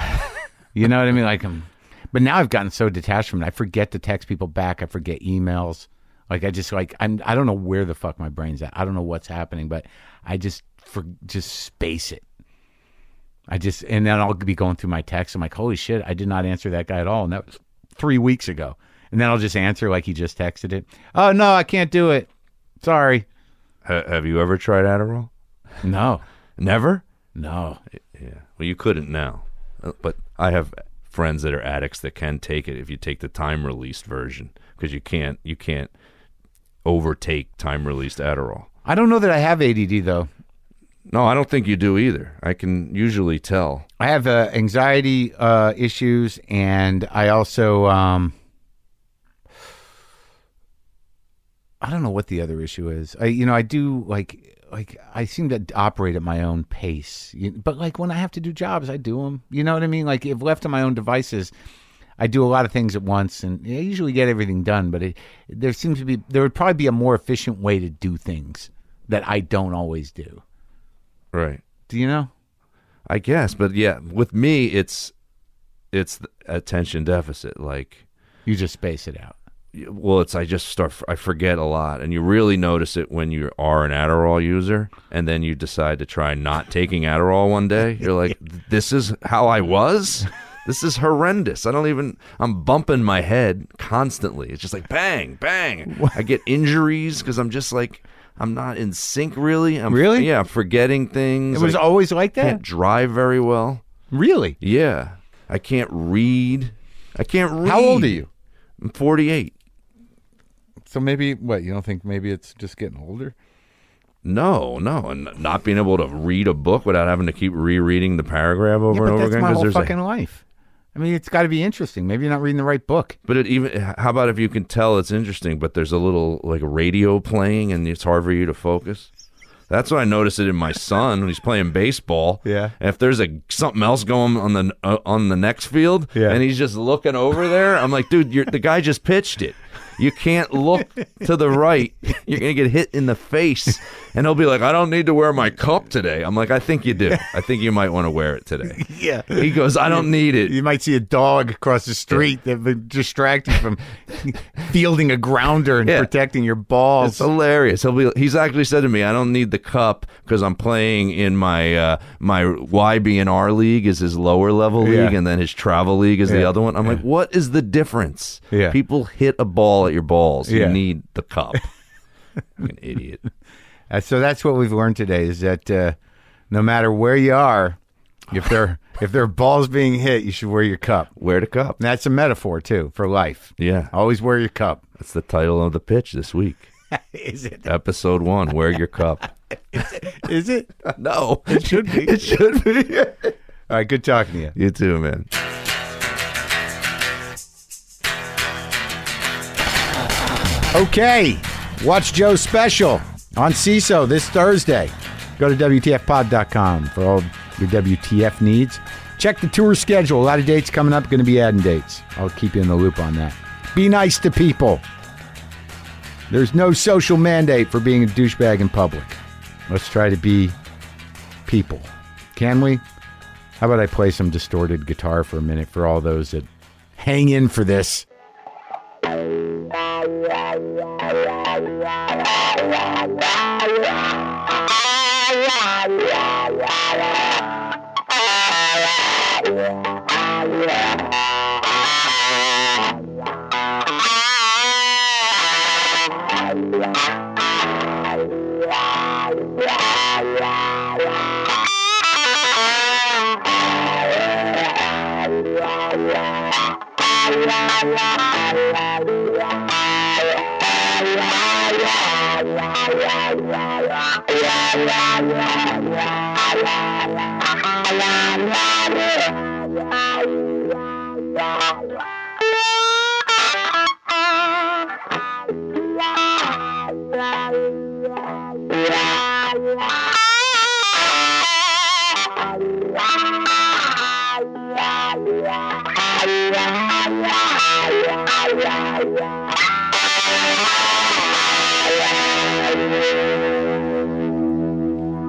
you know what I mean? Like, I'm, but now I've gotten so detached from it, I forget to text people back. I forget emails. Like I just like I'm I don't know where the fuck my brain's at. I don't know what's happening, but I just for just space it. I just and then I'll be going through my texts. I'm like, holy shit, I did not answer that guy at all, and that was three weeks ago. And then I'll just answer like he just texted it. Oh no, I can't do it. Sorry. Ha- have you ever tried Adderall? No, Never? no. Yeah. Well, you couldn't now. Uh, But I have friends that are addicts that can take it if you take the time released version because you can't you can't overtake time released Adderall. I don't know that I have ADD though. No, I don't think you do either. I can usually tell. I have uh, anxiety uh, issues, and I also um, I don't know what the other issue is. I you know I do like like I seem to operate at my own pace. You- But like when I have to do jobs, I do them. You know what I mean? Like if left to my own devices, I do a lot of things at once, and I usually get everything done. But it, there seems to be there would probably be a more efficient way to do things that I don't always do. Right. Do you know? I guess, but yeah, with me it's it's the attention deficit like You just space it out. well, it's I just start I forget a lot and you really notice it when you are an Adderall user and then you decide to try not taking Adderall one day. [LAUGHS] You're like, this is how I was? This is horrendous. I don't even I'm bumping my head constantly. It's just like bang, [LAUGHS] bang. I get injuries cuz I'm just like I'm not in sync really. I'm Really? Yeah, I'm forgetting It things. was I always like can't that. drive very well. Really? Yeah. I can't read. I can't read. How old are you? I'm 48. So maybe what you don't think maybe it's just getting older. No, no. And not being able to read a book without having to keep rereading the paragraph over Yeah, but and over that's again. my 'cause whole there's a- fucking life. I mean, it's got to be interesting. Maybe you're not reading the right book. but it even, how about if you can tell it's interesting, but there's a little like radio playing and it's hard for you to focus? That's what I noticed it in my son when he's playing baseball. Yeah. And if there's a something else going on the uh, on the next field, Yeah. and he's just looking over there, I'm like, dude, you're, the guy just pitched it. You can't look to the right. You're gonna get hit in the face, and he'll be like, I don't need to wear my cup today. I'm like, I think you do. I think you might want to wear it today. Yeah. He goes, I don't need it. You might see a dog across the street that been distracted from fielding a grounder and Yeah. protecting your It's balls. hilarious. He'll be. He's actually said to me, "I don't need the cup because I'm playing in my uh, my YBNR league is his lower level league, Yeah. and then his travel league is the Yeah. other one." I'm like, "What is the difference? Yeah. People hit a ball at your balls. Yeah. You need [LAUGHS] the cup." An idiot. Uh, so that's what we've learned today is that uh, no matter where you are, if there if there are balls being hit, you should wear your cup. Wear the cup. And that's a metaphor too for life. Yeah, Always wear your cup. that's the title of the pitch this week, is it? episode one. Wear [LAUGHS] your cup. Is it? All no, it should be. [LAUGHS] It should be. right. Good talking to you. you too, man. Okay, watch Joe's special on CISO this Thursday. Go to WTFpod.com for all your WTF needs. Check the tour schedule. A lot of dates coming up, going to be adding dates. I'll keep you in the loop on that. Be nice to people. There's no social mandate for being a douchebag in public. Let's try to be people. Can we? How about I play some distorted guitar for a minute for all those that hang in for this?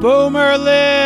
Boomer live!